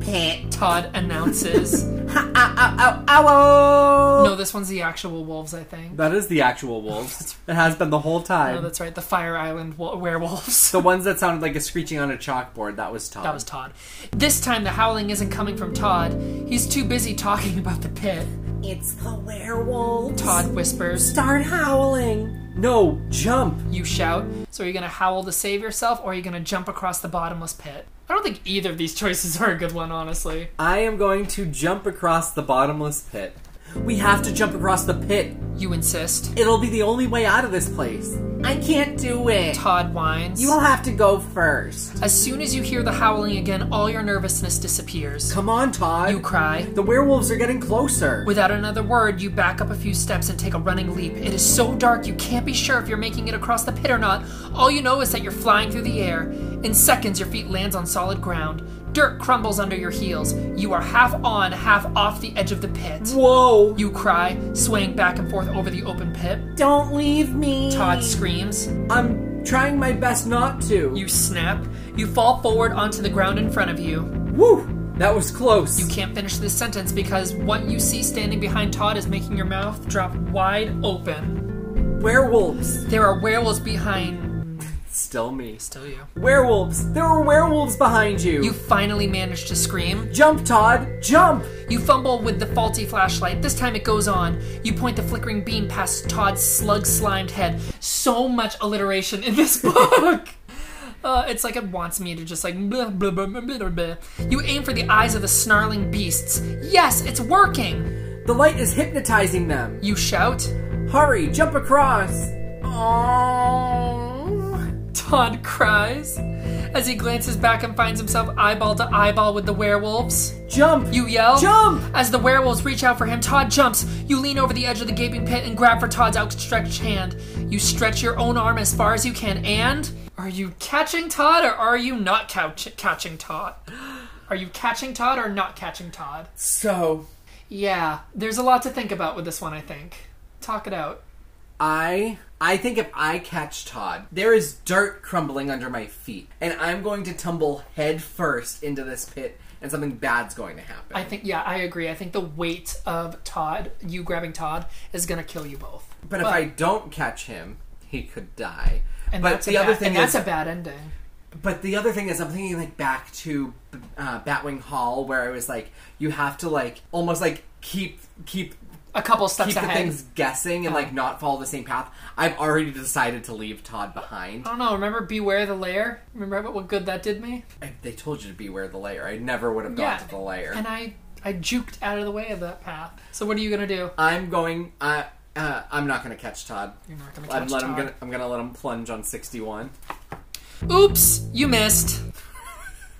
[SPEAKER 12] pit.
[SPEAKER 2] Todd announces.
[SPEAKER 12] Ha, ow, ow, ow, ow.
[SPEAKER 2] No, this one's the actual wolves, I think.
[SPEAKER 1] That is the actual wolves. it has been the whole time.
[SPEAKER 2] No, that's right. The Fire Island wo- werewolves.
[SPEAKER 1] the ones that sounded like a screeching on a chalkboard. That was Todd.
[SPEAKER 2] That was Todd. This time the howling isn't coming from Todd. He's too busy talking about the pit.
[SPEAKER 12] It's the werewolves.
[SPEAKER 2] Todd whispers.
[SPEAKER 12] Start howling.
[SPEAKER 1] No, jump.
[SPEAKER 2] You shout. So are you going to howl to save yourself or are you going to jump across the bottomless pit? I don't think either of these choices are a good one, honestly.
[SPEAKER 1] I am going to jump across the bottomless pit.
[SPEAKER 12] We have to jump across the pit.
[SPEAKER 2] You insist.
[SPEAKER 12] It'll be the only way out of this place. I can't do it.
[SPEAKER 2] Todd whines.
[SPEAKER 12] You'll have to go first.
[SPEAKER 2] As soon as you hear the howling again, all your nervousness disappears.
[SPEAKER 12] Come on, Todd.
[SPEAKER 2] You cry.
[SPEAKER 12] The werewolves are getting closer.
[SPEAKER 2] Without another word, you back up a few steps and take a running leap. It is so dark you can't be sure if you're making it across the pit or not. All you know is that you're flying through the air. In seconds, your feet lands on solid ground. Dirt crumbles under your heels. You are half on, half off the edge of the pit.
[SPEAKER 12] Whoa!
[SPEAKER 2] You cry, swaying back and forth over the open pit.
[SPEAKER 12] Don't leave me!
[SPEAKER 1] Mm.
[SPEAKER 2] Todd screams.
[SPEAKER 12] I'm trying my best not to.
[SPEAKER 2] You snap. You fall forward onto the ground in front of you.
[SPEAKER 12] Woo! That was close.
[SPEAKER 2] You can't finish this sentence because what you see standing behind Todd is making your mouth drop wide open.
[SPEAKER 12] Werewolves.
[SPEAKER 2] There are werewolves behind.
[SPEAKER 1] Still me.
[SPEAKER 2] Still you.
[SPEAKER 12] Werewolves. There are werewolves behind you.
[SPEAKER 2] You finally manage to scream.
[SPEAKER 12] Jump, Todd. Jump.
[SPEAKER 2] You fumble with the faulty flashlight. This time it goes on. You point the flickering beam past Todd's slug slimed head. So much alliteration in this book. Uh, it's like it wants me to just like blah, blah, blah, blah, blah, blah. You aim for the eyes of the snarling beasts. Yes, it's working.
[SPEAKER 12] The light is hypnotizing them.
[SPEAKER 2] You shout,
[SPEAKER 12] "Hurry, jump across!"
[SPEAKER 2] Oh! Todd cries as he glances back and finds himself eyeball to eyeball with the werewolves.
[SPEAKER 12] Jump!
[SPEAKER 2] You yell.
[SPEAKER 12] Jump!
[SPEAKER 2] As the werewolves reach out for him, Todd jumps. You lean over the edge of the gaping pit and grab for Todd's outstretched hand. You stretch your own arm as far as you can and. Are you catching Todd or are you not couch- catching Todd? Are you catching Todd or not catching Todd?
[SPEAKER 12] So,
[SPEAKER 2] yeah, there's a lot to think about with this one, I think. Talk it out.
[SPEAKER 1] I I think if I catch Todd, there is dirt crumbling under my feet and I'm going to tumble head first into this pit and something bad's going to happen.
[SPEAKER 2] I think yeah, I agree. I think the weight of Todd, you grabbing Todd is going to kill you both.
[SPEAKER 1] But, but if I don't catch him, he could die.
[SPEAKER 2] And
[SPEAKER 1] but
[SPEAKER 2] that's the other bad, thing is, that's a bad ending.
[SPEAKER 1] But the other thing is, I'm thinking like back to uh, Batwing Hall, where it was like you have to like almost like keep keep
[SPEAKER 2] a couple steps
[SPEAKER 1] keep
[SPEAKER 2] ahead.
[SPEAKER 1] the things guessing and
[SPEAKER 2] Uh-huh.
[SPEAKER 1] oh. like not follow the same path. I've already decided to leave Todd behind.
[SPEAKER 2] I don't know. Remember, beware the layer. Remember what good that did me.
[SPEAKER 1] I, they told you to beware the layer. I never would have gone yeah, to the layer.
[SPEAKER 2] And I I juked out of the way of that path. So what are you gonna do?
[SPEAKER 1] I'm going. Uh, uh, I'm not gonna catch Todd.
[SPEAKER 2] You're not gonna catch I'm, Todd.
[SPEAKER 1] I'm gonna, I'm gonna let him plunge on 61.
[SPEAKER 2] Oops, you missed.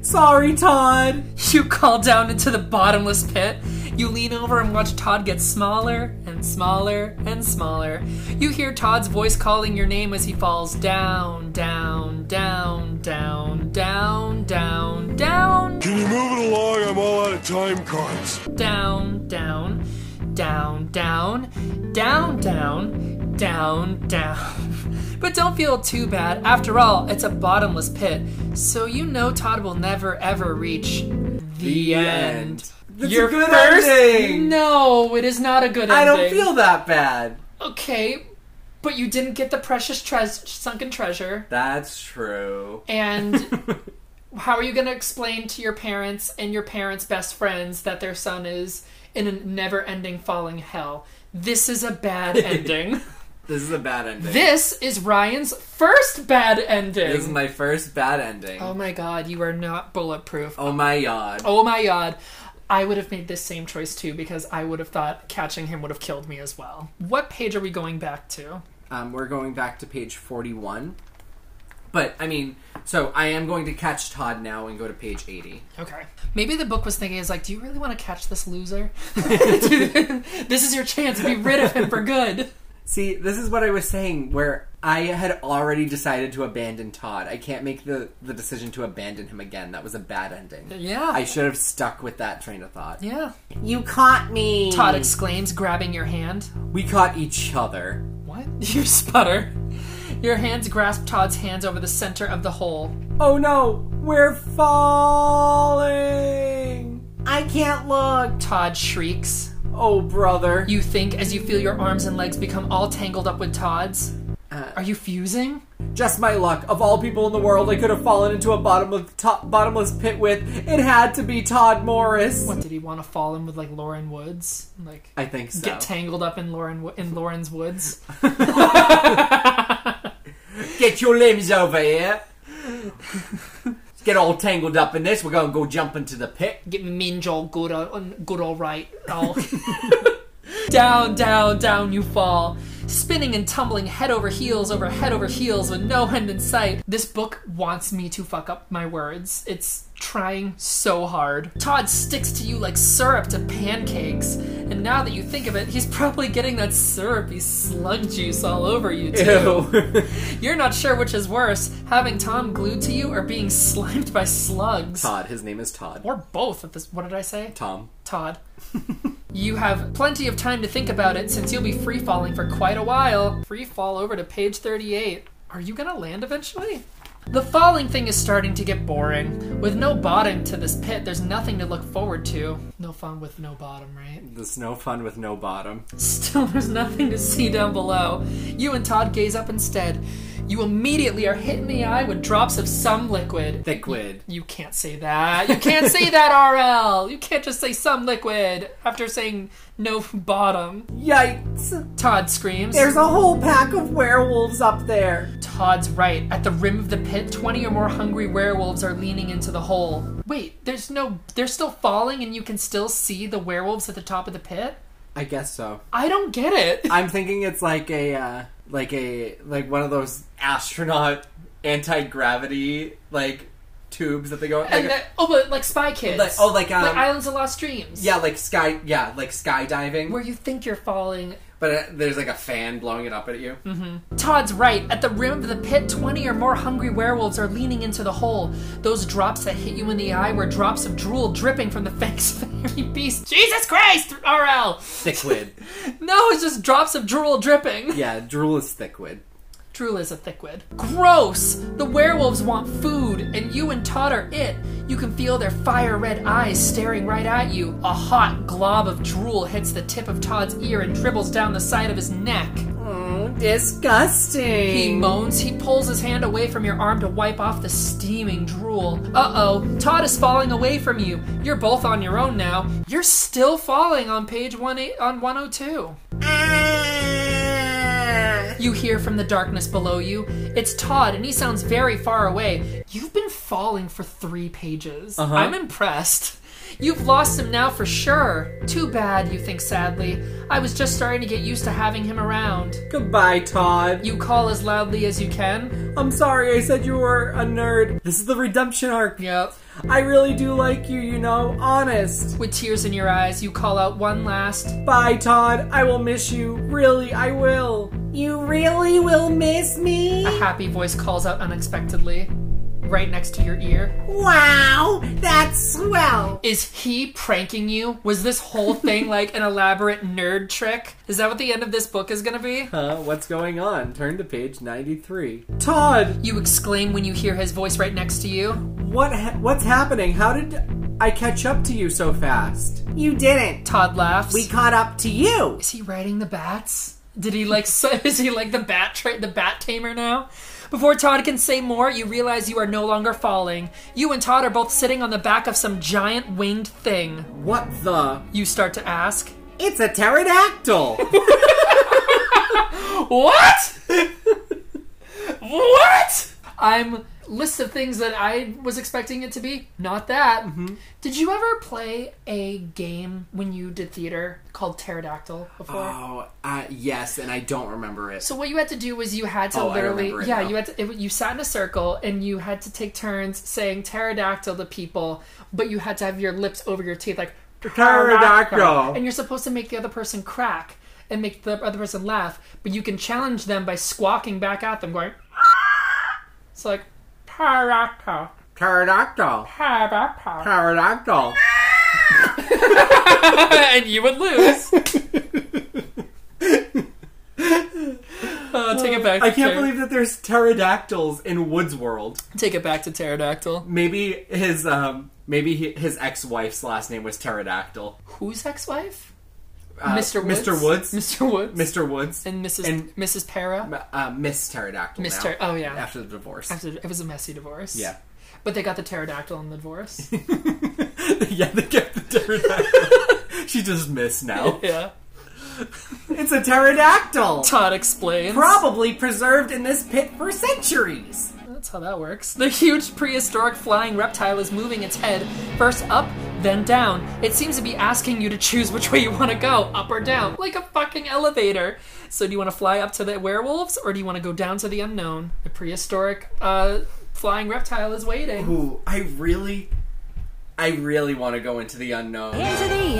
[SPEAKER 12] Sorry, Todd.
[SPEAKER 2] You call down into the bottomless pit. You lean over and watch Todd get smaller and smaller and smaller. You hear Todd's voice calling your name as he falls down, down, down, down, down, down, down.
[SPEAKER 13] Can you move it along? I'm all out of time cards.
[SPEAKER 2] Down, down, down, down, down, down, down, down. But don't feel too bad. After all, it's a bottomless pit, so you know Todd will never ever reach
[SPEAKER 1] the, end. end.
[SPEAKER 12] That's Your a good first... ending.
[SPEAKER 2] No, it is not a good ending.
[SPEAKER 1] I don't feel that bad.
[SPEAKER 2] Okay, but you didn't get the precious tre- sunken treasure.
[SPEAKER 1] That's true.
[SPEAKER 2] And how are you going to explain to your parents and your parents' best friends that their son is in a never-ending falling hell? This is a bad ending.
[SPEAKER 1] This is a bad ending.
[SPEAKER 2] This is Ryan's first bad ending.
[SPEAKER 1] This is my
[SPEAKER 12] Oh.
[SPEAKER 1] first bad ending.
[SPEAKER 2] Oh my god, you are not bulletproof.
[SPEAKER 1] Oh my god.
[SPEAKER 2] Oh my god. I would have made this same choice too because I would have thought catching him would have killed me as well. What page are we going back to?
[SPEAKER 1] Um, we're going back to page 41. But, I mean, so I am going to catch Todd now and go to page 80.
[SPEAKER 2] Okay. Maybe the book was thinking is like, do you really want to catch this loser? this is your chance to be rid of him for good.
[SPEAKER 1] See, this is what I was saying, where I had already decided to abandon Todd. I can't make the, the decision to abandon him again. That was a bad ending.
[SPEAKER 2] Yeah.
[SPEAKER 1] I should have stuck with that train of thought.
[SPEAKER 2] Yeah.
[SPEAKER 12] You caught me.
[SPEAKER 1] Hmm.
[SPEAKER 2] Todd exclaims, grabbing your hand.
[SPEAKER 1] We caught each other.
[SPEAKER 2] What? You sputter. Your hands grasp Todd's hands over the center of the hole.
[SPEAKER 1] Oh no, we're falling!
[SPEAKER 12] I can't look!
[SPEAKER 2] Todd shrieks.
[SPEAKER 1] Oh, brother.
[SPEAKER 2] You think as you feel your arms and legs become all tangled up with Todd's. Uh, Are you fusing?
[SPEAKER 1] Just my luck. Of all people in the world, I could have fallen into a bottomless, top, bottomless pit with. It had to be Todd Morris.
[SPEAKER 2] What did he want to fall in with, like Lauren Woods? Like
[SPEAKER 1] I think so.
[SPEAKER 2] Get tangled up in Lauren in Lauren's woods.
[SPEAKER 1] get your limbs over here. get all tangled up in this. We're gonna go jump into the pit.
[SPEAKER 2] Get minge all good, all, good, all right. All. down, down, down you fall. Spinning and tumbling head over heels over head over heels with no end in sight. This book wants me to fuck up my words. It's trying so hard. Todd sticks to you like syrup to pancakes. And now that you think of it, he's probably getting that syrupy slug juice all over you, too. You're not sure which is worse having Tom glued to you or being slimed by slugs.
[SPEAKER 1] Todd. His name is Todd.
[SPEAKER 2] Or both. At this, what did I say?
[SPEAKER 1] Tom.
[SPEAKER 2] Todd. you have plenty of time to think about it since you'll be free falling for quite a while. Free fall over to page 38. Are you gonna land eventually? The falling thing is starting to get boring. With no bottom to this pit, there's nothing to look forward to. No fun with no bottom, right?
[SPEAKER 1] There's no fun with no bottom.
[SPEAKER 2] Still, there's nothing to see down below. You and Todd gaze up instead. You immediately are hit in the eye with drops of some liquid.
[SPEAKER 1] Liquid.
[SPEAKER 2] You, you can't say that. You can't say that, RL. You can't just say some liquid after saying no bottom.
[SPEAKER 12] Yikes!
[SPEAKER 2] Todd screams.
[SPEAKER 12] There's a whole pack of werewolves up there.
[SPEAKER 2] Todd's right. At the rim of the pit, 20 or more hungry werewolves are leaning into the hole. Wait, there's no. They're still falling and you can still see the werewolves at the top of the pit?
[SPEAKER 1] I guess so.
[SPEAKER 2] I don't get it.
[SPEAKER 1] I'm thinking it's like a. Uh like a like one of those astronaut anti gravity like tubes that they go like,
[SPEAKER 2] and that, oh but like spy kids
[SPEAKER 1] like, oh like, um,
[SPEAKER 2] like islands of lost dreams
[SPEAKER 1] yeah like sky yeah like skydiving
[SPEAKER 2] where you think you're falling
[SPEAKER 1] but uh, there's like a fan blowing it up at you
[SPEAKER 2] mm-hmm. todd's right at the rim of the pit 20 or more hungry werewolves are leaning into the hole those drops that hit you in the eye were drops of drool dripping from the fangs of every beast jesus christ rl
[SPEAKER 1] thickwid
[SPEAKER 2] no it's just drops of drool dripping
[SPEAKER 1] yeah drool is thickwid
[SPEAKER 2] Drool is a thickwid. Gross! The werewolves want food, and you and Todd are it. You can feel their fire red eyes staring right at you. A hot glob of drool hits the tip of Todd's ear and dribbles down the side of his neck.
[SPEAKER 12] Oh, disgusting.
[SPEAKER 2] He moans. He pulls his hand away from your arm to wipe off the steaming drool. Uh oh, Todd is falling away from you. You're both on your own now. You're still falling on page one oh eight, on 102. You hear from the darkness below you. It's Todd, and he sounds very far away. You've been falling for three pages.
[SPEAKER 1] Uh-huh.
[SPEAKER 2] I'm impressed. You've lost him now for sure. Too bad, you think sadly. I was just starting to get used to having him around.
[SPEAKER 1] Goodbye, Todd.
[SPEAKER 2] You call as loudly as you can. Um,
[SPEAKER 1] I'm sorry, I said you were a nerd. This is the redemption arc.
[SPEAKER 2] Yep.
[SPEAKER 1] I really do like you, you know, honest.
[SPEAKER 2] With tears in your eyes, you call out one last
[SPEAKER 1] Bye, Todd. I will miss you. Really, I will.
[SPEAKER 12] You really will miss me?
[SPEAKER 2] A happy voice calls out unexpectedly right next to your ear.
[SPEAKER 12] Wow, that's swell.
[SPEAKER 2] Is he pranking you? Was this whole thing like an elaborate nerd trick? Is that what the end of this book is going to be?
[SPEAKER 1] Uh, what's going on? Turn to page 93. Todd!
[SPEAKER 2] You exclaim when you hear his voice right next to you.
[SPEAKER 1] What ha- what's happening? How did I catch up to you so fast?
[SPEAKER 12] You didn't.
[SPEAKER 2] Todd laughs.
[SPEAKER 12] We caught up to you.
[SPEAKER 2] Is he riding the bats? Did he like so, is he like the bat tra- the bat tamer now? Before Todd can say more, you realize you are no longer falling. You and Todd are both sitting on the back of some giant winged thing.
[SPEAKER 1] What the?
[SPEAKER 2] You start to ask.
[SPEAKER 12] It's a pterodactyl!
[SPEAKER 2] what? what? I'm list of things that I was expecting it to be. Not that. Did you ever play a game when you did theater called Pterodactyl before?
[SPEAKER 7] Oh, uh, yes, and I don't remember it.
[SPEAKER 2] So what you had to do was you had to
[SPEAKER 7] Oh, I
[SPEAKER 2] literally,
[SPEAKER 7] remember it
[SPEAKER 2] yeah,
[SPEAKER 7] now.
[SPEAKER 2] you had to, it, you sat in a circle and you had to take turns saying pterodactyl to people, but you had to have your lips over your teeth like
[SPEAKER 1] Pterodactyl.
[SPEAKER 2] and you're supposed to make the other person crack and make the other person laugh, but you can challenge them by squawking back at them, going, it's like pterodactyl,
[SPEAKER 1] Pterodactyl.
[SPEAKER 2] pterodactyl,
[SPEAKER 1] Pterodactyl.
[SPEAKER 2] and you would lose. Uh, take it back.
[SPEAKER 1] I can't
[SPEAKER 2] Terry.
[SPEAKER 1] believe that there's pterodactyls in Woods World.
[SPEAKER 2] Take it back to pterodactyl.
[SPEAKER 1] Maybe his um maybe he, his ex-wife's last name was pterodactyl.
[SPEAKER 2] Whose ex-wife?
[SPEAKER 1] Uh,
[SPEAKER 2] Mr. Woods?
[SPEAKER 1] Mr. Woods.
[SPEAKER 2] Mr. Woods.
[SPEAKER 1] Mr. Woods.
[SPEAKER 2] And Mrs. Mrs. Para.
[SPEAKER 1] uh, Miss Pterodactyl.
[SPEAKER 2] Miss
[SPEAKER 1] now,
[SPEAKER 2] Pter- oh, yeah.
[SPEAKER 1] After the divorce.
[SPEAKER 2] After it was a messy divorce.
[SPEAKER 1] Yeah.
[SPEAKER 2] But they got the pterodactyl in the divorce.
[SPEAKER 1] yeah, they kept the pterodactyl. she just missed now.
[SPEAKER 2] yeah.
[SPEAKER 1] It's a pterodactyl.
[SPEAKER 2] Todd explains.
[SPEAKER 1] Probably preserved in this pit for centuries.
[SPEAKER 2] That's how that works. The huge prehistoric flying reptile is moving its head first up, then down. It seems to be asking you to choose which way you want to go, up or down, like a fucking elevator. So, do you want to fly up to the werewolves, or do you want to go down to the unknown? The prehistoric uh, flying reptile is waiting.
[SPEAKER 1] Ooh, I really, I really want to go into the unknown.
[SPEAKER 14] Into the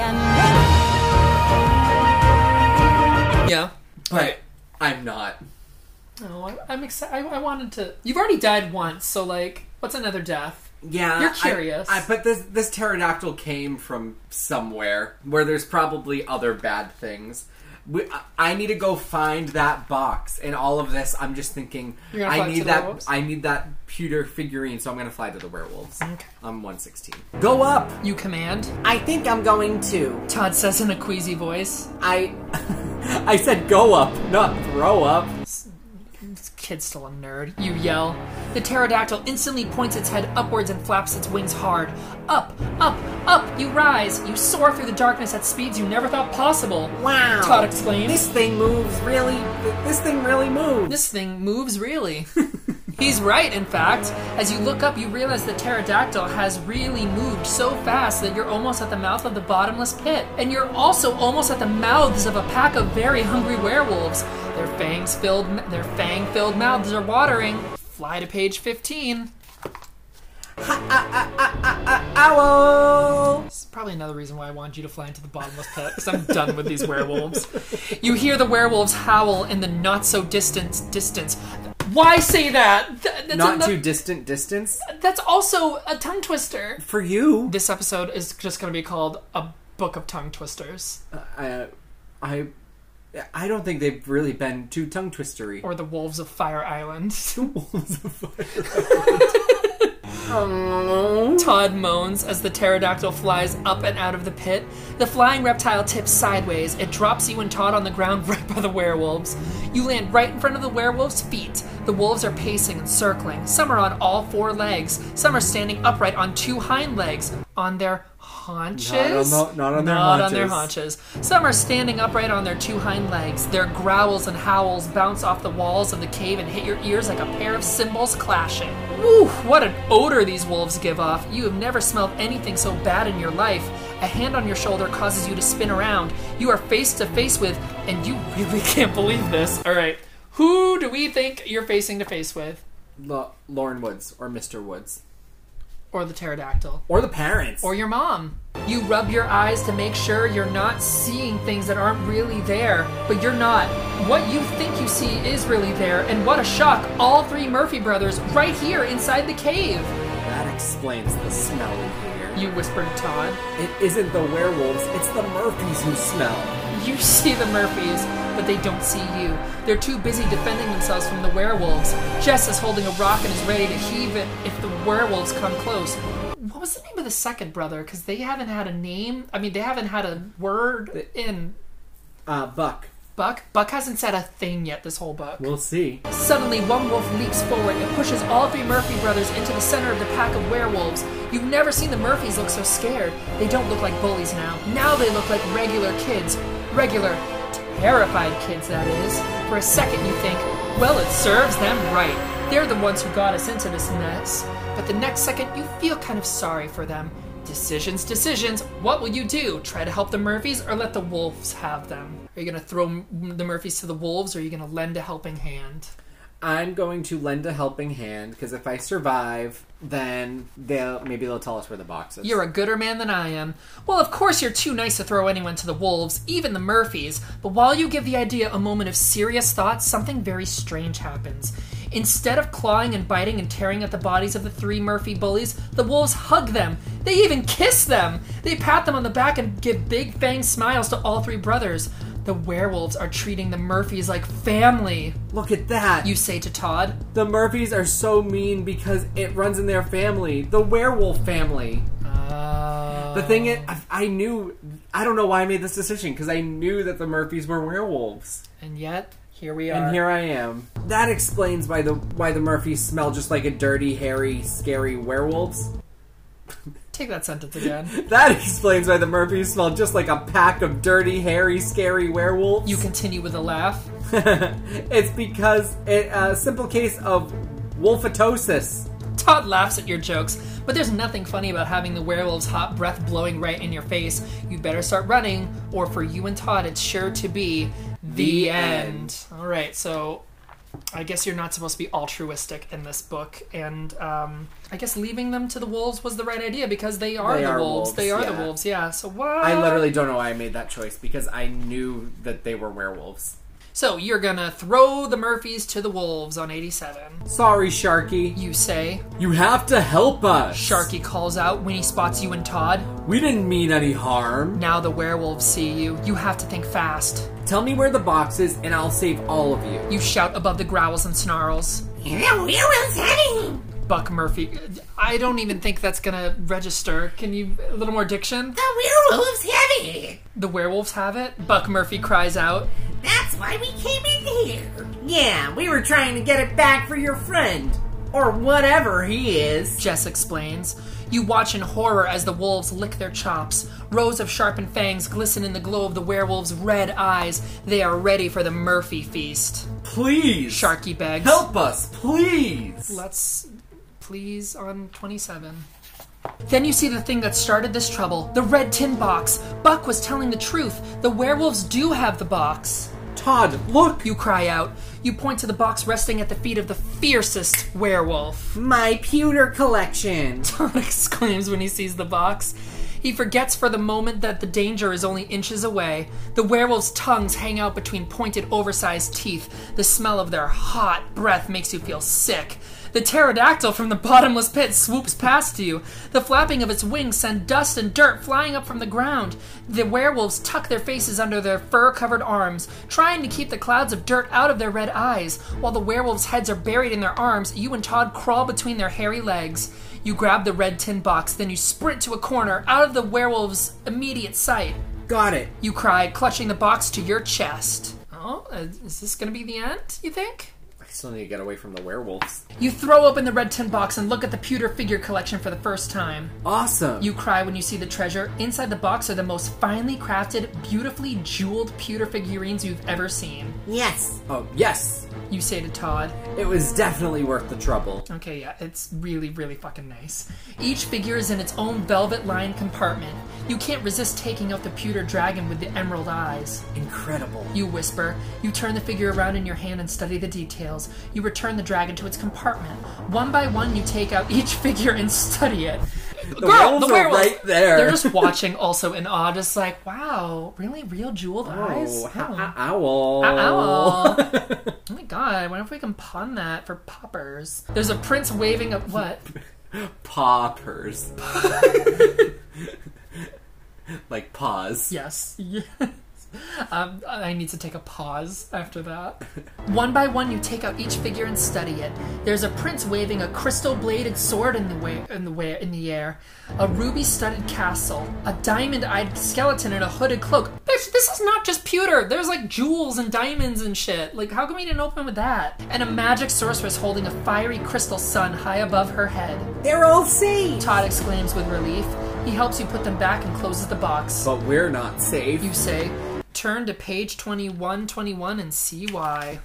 [SPEAKER 2] Yeah.
[SPEAKER 1] But I'm not.
[SPEAKER 2] Oh, I, I'm excited. I, I wanted to. You've already died once, so like, what's another death?
[SPEAKER 1] Yeah,
[SPEAKER 2] You're
[SPEAKER 1] I-
[SPEAKER 2] curious.
[SPEAKER 1] I, but this this pterodactyl came from somewhere where there's probably other bad things. We, I, I need to go find that box. And all of this, I'm just thinking,
[SPEAKER 2] You're gonna fly
[SPEAKER 1] I
[SPEAKER 2] to
[SPEAKER 1] need
[SPEAKER 2] the
[SPEAKER 1] that.
[SPEAKER 2] werewolves?
[SPEAKER 1] I need that pewter figurine. So I'm gonna fly to the werewolves. Okay. I'm 116.
[SPEAKER 12] Go up.
[SPEAKER 2] You command.
[SPEAKER 12] I think I'm going to.
[SPEAKER 2] Todd says in a queasy voice.
[SPEAKER 12] I. I said go up, not throw up.
[SPEAKER 2] This kid's still a nerd. You yell. The pterodactyl instantly points its head upwards and flaps its wings hard. Up, up, up! You rise. You soar through the darkness at speeds you never thought possible.
[SPEAKER 12] Wow.
[SPEAKER 2] Todd exclaims.
[SPEAKER 12] This thing moves really. This thing really moves.
[SPEAKER 2] This thing moves really. He's right, in fact. As you look up, you realize the pterodactyl has really moved so fast that you're almost at the mouth of the bottomless pit. And you're also almost at the mouths of a pack of very hungry werewolves. Their fangs filled their fang filled mouths are watering. Fly to page 15.
[SPEAKER 12] Owl!
[SPEAKER 2] This is probably another reason why I wanted you to fly into the bottomless pit, because I'm done with these werewolves. You hear the werewolves howl in the not so distant distance. Why say that? Th- that's
[SPEAKER 1] Not
[SPEAKER 2] ano-
[SPEAKER 1] too distant distance
[SPEAKER 2] That's also a tongue twister.
[SPEAKER 1] for you.
[SPEAKER 2] This episode is just going to be called A Book of Tongue Twisters
[SPEAKER 1] I, I, I don't think they've really been too tongue twistery.
[SPEAKER 2] or The Wolves of Fire Island. Todd moans as the pterodactyl flies up and out of the pit. The flying reptile tips sideways. It drops you and Todd on the ground right by the werewolves. You land right in front of the werewolves' feet. The wolves are pacing and circling. Some are on all four legs. Some are standing upright on two hind legs. On their haunches?
[SPEAKER 1] the- not on their
[SPEAKER 2] their
[SPEAKER 1] haunches.
[SPEAKER 2] haunches. Some are standing upright on their two hind legs. Their growls and howls bounce off the walls of the cave and hit your ears like a pair of cymbals clashing. Woo, what an odor these wolves give off. You have never smelled anything so bad in your life. A hand on your shoulder causes you to spin around. You are face to face with, and you really can't believe this. All right, who do we think you're facing to face with?
[SPEAKER 1] La- Lauren Woods or Mr. Woods
[SPEAKER 2] Or the pterodactyl?
[SPEAKER 1] or the parents.
[SPEAKER 2] or your mom. You rub your eyes to make sure you're not seeing things that aren't really there, but you're not. What you think you see is really there, and what a shock! All three Murphy brothers right here inside the cave.
[SPEAKER 1] that explains the smell in here.
[SPEAKER 2] You whisper to Todd.
[SPEAKER 1] It isn't the werewolves; it's the Murphys who smell.
[SPEAKER 2] You see the Murphys, but they don't see you. They're too busy defending themselves from the werewolves. Jess is holding a rock and is ready to heave it if the werewolves come close. What was the name of the second brother? Because they haven't had a name. I mean, they haven't had a word in
[SPEAKER 1] Uh, Buck.
[SPEAKER 2] Buck? Buck hasn't said a thing yet this whole book.
[SPEAKER 1] We'll see.
[SPEAKER 2] Suddenly, one wolf leaps forward and pushes all three Murphy brothers into the center of the pack of werewolves. You've never seen the Murphys look so scared. They don't look like bullies now. Now they look like regular kids. Regular, terrified kids, that is. For a second, you think, well, it serves them right. They're the ones who got us into this mess. But the next second, you feel kind of sorry for them. Decisions, decisions. What will you do? Try to help the Murphys or let the wolves have them? Are you going to throw m- the Murphys to the wolves or are you going to lend a helping hand?
[SPEAKER 1] I'm going to lend a helping hand because if I survive, then they'll maybe they'll tell us where the box is.
[SPEAKER 2] You're a gooder man than I am. Well, of course, you're too nice to throw anyone to the wolves, even the Murphys, but while you give the idea a moment of serious thought, something very strange happens. Instead of clawing and biting and tearing at the bodies of the three Murphy bullies, the wolves hug them. They even kiss them. They pat them on the back and give big fang smiles to all three brothers. The werewolves are treating the Murphys like family.
[SPEAKER 1] Look at that.
[SPEAKER 2] You say to Todd.
[SPEAKER 1] The Murphys are so mean because it runs in their family, the werewolf family.
[SPEAKER 2] Oh.
[SPEAKER 1] The thing is, I- I knew, I don't know why I made this decision because I knew that the Murphys were werewolves.
[SPEAKER 2] And yet, here we are.
[SPEAKER 1] And here I am. That explains why the why the Murphys smell just like a dirty, hairy, scary werewolves.
[SPEAKER 2] Take that sentence again.
[SPEAKER 1] That explains why the Murphys smell just like a pack of dirty, hairy, scary werewolves.
[SPEAKER 2] You continue with a laugh.
[SPEAKER 1] it's because a uh, simple case of wolfatosis.
[SPEAKER 2] Todd laughs at your jokes, but there's nothing funny about having the werewolf's hot breath blowing right in your face. You better start running, or for you and Todd, it's sure to be the,
[SPEAKER 1] The
[SPEAKER 2] end.
[SPEAKER 1] end.
[SPEAKER 2] All right, so I guess you're not supposed to be altruistic in this book, and um, I guess leaving them to the wolves was the right idea because they are
[SPEAKER 1] They
[SPEAKER 2] the
[SPEAKER 1] are
[SPEAKER 2] wolves.
[SPEAKER 1] wolves,
[SPEAKER 2] They are the
[SPEAKER 1] yeah.
[SPEAKER 2] wolves. Yeah. So what?
[SPEAKER 1] I literally don't know why I made that choice because I knew that they were werewolves.
[SPEAKER 2] So you're gonna throw the Murphys to the wolves on 87.
[SPEAKER 1] Sorry, Sharky.
[SPEAKER 2] You say.
[SPEAKER 1] You have to help us.
[SPEAKER 2] Sharky calls out when he spots you and Todd.
[SPEAKER 1] We didn't mean any harm.
[SPEAKER 2] Now the werewolves see you. You have to think fast.
[SPEAKER 1] Tell me where the box is and I'll save all of you.
[SPEAKER 2] You shout above the growls and snarls.
[SPEAKER 10] The werewolf's having
[SPEAKER 2] Buck Murphy. I don't even think that's gonna register. Can you a little more diction?
[SPEAKER 10] The werewolf's heavy.
[SPEAKER 2] The werewolves have it. Buck Murphy cries out.
[SPEAKER 10] That's why we came in here. Yeah, we were trying to get it back for your friend. Or whatever he is.
[SPEAKER 2] Jess explains. You watch in horror as the wolves lick their chops. Rows of sharpened fangs glisten in the glow of the werewolves' red eyes. They are ready for the Murphy feast.
[SPEAKER 1] Please.
[SPEAKER 2] Sharky begs.
[SPEAKER 1] Help us, please.
[SPEAKER 2] Let's please on 27. Then you see the thing that started this trouble the red tin box. Buck was telling the truth. The werewolves do have the box.
[SPEAKER 1] Todd, look.
[SPEAKER 2] You cry out. You point to the box resting at the feet of the fiercest werewolf.
[SPEAKER 12] My pewter collection.
[SPEAKER 2] Todd exclaims when he sees the box. He forgets for the moment that the danger is only inches away. The werewolves' tongues hang out between pointed, oversized teeth. The smell of their hot breath makes you feel sick. The pterodactyl from the bottomless pit swoops past you. The flapping of its wings send dust and dirt flying up from the ground. The werewolves tuck their faces under their fur-covered arms, trying to keep the clouds of dirt out of their red eyes. While the werewolves' heads are buried in their arms, you and Todd crawl between their hairy legs. You grab the red tin box, then you sprint to a corner out of the werewolf's immediate sight.
[SPEAKER 1] Got it.
[SPEAKER 2] You cry, clutching the box to your chest. Oh, uh, is this gonna be the end, you think?
[SPEAKER 1] I still need to get away from the werewolves.
[SPEAKER 2] You throw open the red tin box and look at the pewter figure collection for the first time.
[SPEAKER 1] Awesome.
[SPEAKER 2] You cry when you see the treasure. Inside the box are the most finely crafted, beautifully jeweled pewter figurines you've ever seen.
[SPEAKER 10] Yes.
[SPEAKER 1] Oh, yes.
[SPEAKER 2] You say to Todd,
[SPEAKER 1] It was definitely worth the trouble.
[SPEAKER 2] Okay, yeah, it's really, really fucking nice. Each figure is in its own velvet lined compartment. You can't resist taking out the pewter dragon with the emerald eyes.
[SPEAKER 1] Incredible.
[SPEAKER 2] You whisper. You turn the figure around in your hand and study the details. You return the dragon to its compartment. One by one, you take out each figure and study it.
[SPEAKER 1] The werewolves are right there.
[SPEAKER 2] They're just watching, also in awe, just like, wow, really real jeweled eyes?
[SPEAKER 1] Oh,
[SPEAKER 2] Wow.
[SPEAKER 1] ha- owl.
[SPEAKER 2] Uh, Ow. oh my god, I wonder if we can pawn that for poppers. There's a prince waving a what?
[SPEAKER 1] Paupers. like paws.
[SPEAKER 2] Yes. Yes. Um, I need to take a pause after that. One by one, you take out each figure and study it. There's a prince waving a crystal-bladed sword in the way, in the way, in the air, a ruby-studded castle, a diamond-eyed skeleton in a hooded cloak. Bitch, this is not just pewter. There's like jewels and diamonds and shit. Like, how come we didn't open with that? And a magic sorceress holding a fiery crystal sun high above her head.
[SPEAKER 12] They're all safe.
[SPEAKER 2] Todd exclaims with relief. He helps you put them back and closes the box.
[SPEAKER 1] But we're not safe.
[SPEAKER 2] You say, turn to page 2121 and see why.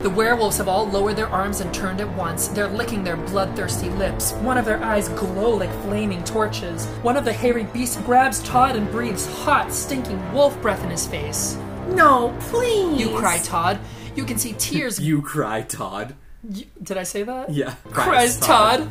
[SPEAKER 2] The werewolves have all lowered their arms and turned at once. They're licking their bloodthirsty lips. One of their eyes glow like flaming torches. One of the hairy beasts grabs Todd and breathes hot, stinking wolf breath in his face.
[SPEAKER 10] No, please!
[SPEAKER 2] You cry, Todd. You can see tears.
[SPEAKER 1] you cry, Todd.
[SPEAKER 2] You, did I say that?
[SPEAKER 1] Yeah.
[SPEAKER 2] Cries Todd. Todd.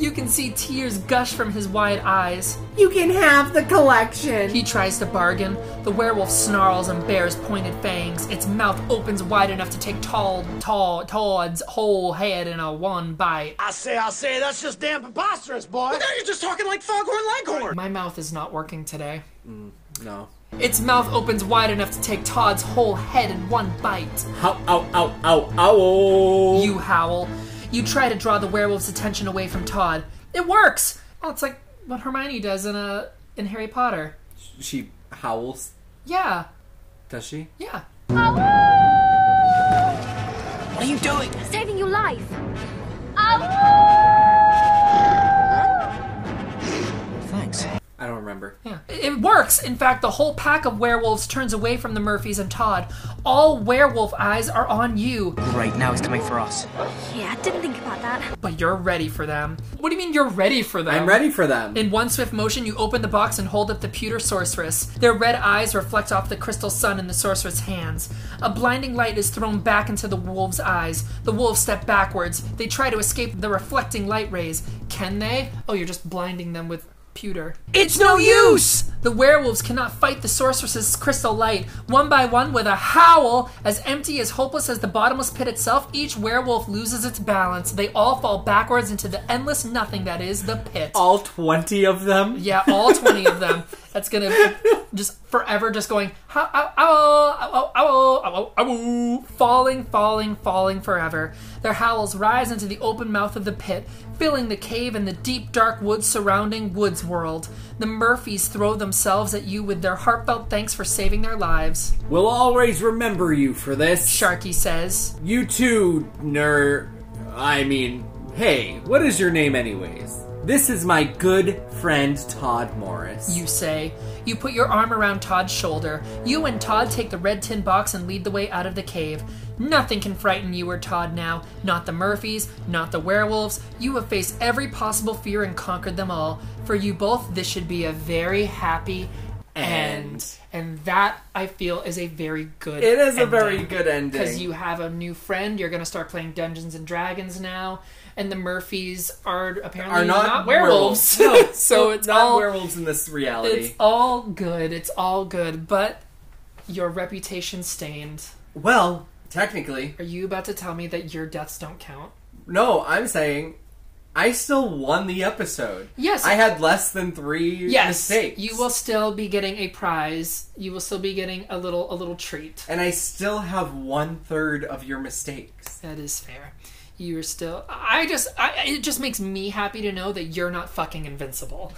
[SPEAKER 2] You can see tears gush from his wide eyes.
[SPEAKER 10] You can have the collection.
[SPEAKER 2] He tries to bargain. The werewolf snarls and bears pointed fangs. Its mouth opens wide enough to take tall, tall Todd's whole head in a one bite.
[SPEAKER 15] I say, I say, that's just damn preposterous, boy. Well, now you're just talking like Foghorn Leghorn.
[SPEAKER 2] My mouth is not working today.
[SPEAKER 1] Mm, no.
[SPEAKER 2] Its mouth opens wide enough to take Todd's whole head in one bite.
[SPEAKER 1] How, ow, ow, ow, ow.
[SPEAKER 2] You howl. You try to draw the werewolf's attention away from Todd. It works! Oh, it's like what Hermione does in a in Harry Potter.
[SPEAKER 1] She howls.
[SPEAKER 2] Yeah.
[SPEAKER 1] Does she?
[SPEAKER 2] Yeah.
[SPEAKER 11] Ow!
[SPEAKER 15] What are you doing?
[SPEAKER 11] Saving your life.
[SPEAKER 15] Ow!
[SPEAKER 1] Thanks. I don't remember.
[SPEAKER 2] Yeah. It works. In fact, the whole pack of werewolves turns away from the Murphys and Todd. All werewolf eyes are on you.
[SPEAKER 15] Right now he's coming for us.
[SPEAKER 11] Yeah, I didn't think about that.
[SPEAKER 2] But you're ready for them. What do you mean you're ready for them?
[SPEAKER 1] I'm ready for them.
[SPEAKER 2] In one swift motion, you open the box and hold up the pewter sorceress. Their red eyes reflect off the crystal sun in the sorceress's hands. A blinding light is thrown back into the wolves' eyes. The wolves step backwards. They try to escape the reflecting light rays. Can they? Oh, you're just blinding them with Pewter.
[SPEAKER 15] It's no use!
[SPEAKER 2] The werewolves cannot fight the sorceress's crystal light. One by one, with a howl, as empty as hopeless as the bottomless pit itself, each werewolf loses its balance. They all fall backwards into the endless nothing that is the pit.
[SPEAKER 1] All 20 of them?
[SPEAKER 2] Yeah, all 20 of them. That's gonna just forever just going, ow, ow, ow, ow, ow, ow, ow, ow, falling, falling, falling forever. Their howls rise into the open mouth of the pit, filling the cave and the deep dark woods surrounding Woods World. The Murphys throw themselves at you with their heartfelt thanks for saving their lives.
[SPEAKER 1] We'll always remember you for this,
[SPEAKER 2] Sharky says.
[SPEAKER 1] You too, ner. I mean, hey, what is your name, anyways? This is my good friend Todd Morris.
[SPEAKER 2] You say. You put your arm around Todd's shoulder. You and Todd take the red tin box and lead the way out of the cave. Nothing can frighten you or Todd now. Not the Murphys, not the werewolves. You have faced every possible fear and conquered them all. For you both, this should be a very happy end. And that, I feel, is a very good
[SPEAKER 1] It is ending. a very good ending.
[SPEAKER 2] Because you have a new friend. You're going to start playing Dungeons and Dragons now. And the Murphys are apparently are not, not werewolves.
[SPEAKER 1] werewolves. No,
[SPEAKER 2] so it's
[SPEAKER 1] not
[SPEAKER 2] all,
[SPEAKER 1] werewolves in this reality.
[SPEAKER 2] It's all good. It's all good. But your reputation stained.
[SPEAKER 1] Well, Technically.
[SPEAKER 2] Are you about to tell me that your deaths don't count?
[SPEAKER 1] No, I'm saying I still won the episode.
[SPEAKER 2] Yes.
[SPEAKER 1] I had less than three
[SPEAKER 2] yes,
[SPEAKER 1] mistakes.
[SPEAKER 2] You will still be getting a prize. You will still be getting a little a little treat.
[SPEAKER 1] And I still have one third of your mistakes.
[SPEAKER 2] That is fair. You're still I just I, it just makes me happy to know that you're not fucking invincible.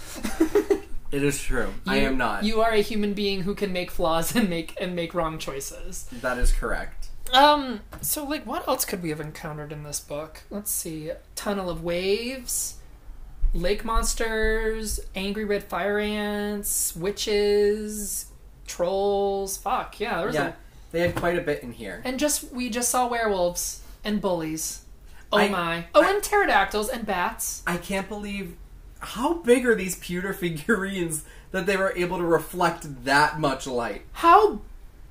[SPEAKER 1] It is true. You, I am not.
[SPEAKER 2] You are a human being who can make flaws and make and make wrong choices.
[SPEAKER 1] That is correct.
[SPEAKER 2] Um, so like what else could we have encountered in this book? Let's see. Tunnel of Waves, Lake Monsters, Angry Red Fire Ants, Witches, Trolls. Fuck, yeah,
[SPEAKER 1] yeah. A... They had quite a bit in here.
[SPEAKER 2] And just we just saw werewolves and bullies. Oh I, my. Oh, I, and pterodactyls and bats.
[SPEAKER 1] I can't believe how big are these pewter figurines that they were able to reflect that much light?
[SPEAKER 2] How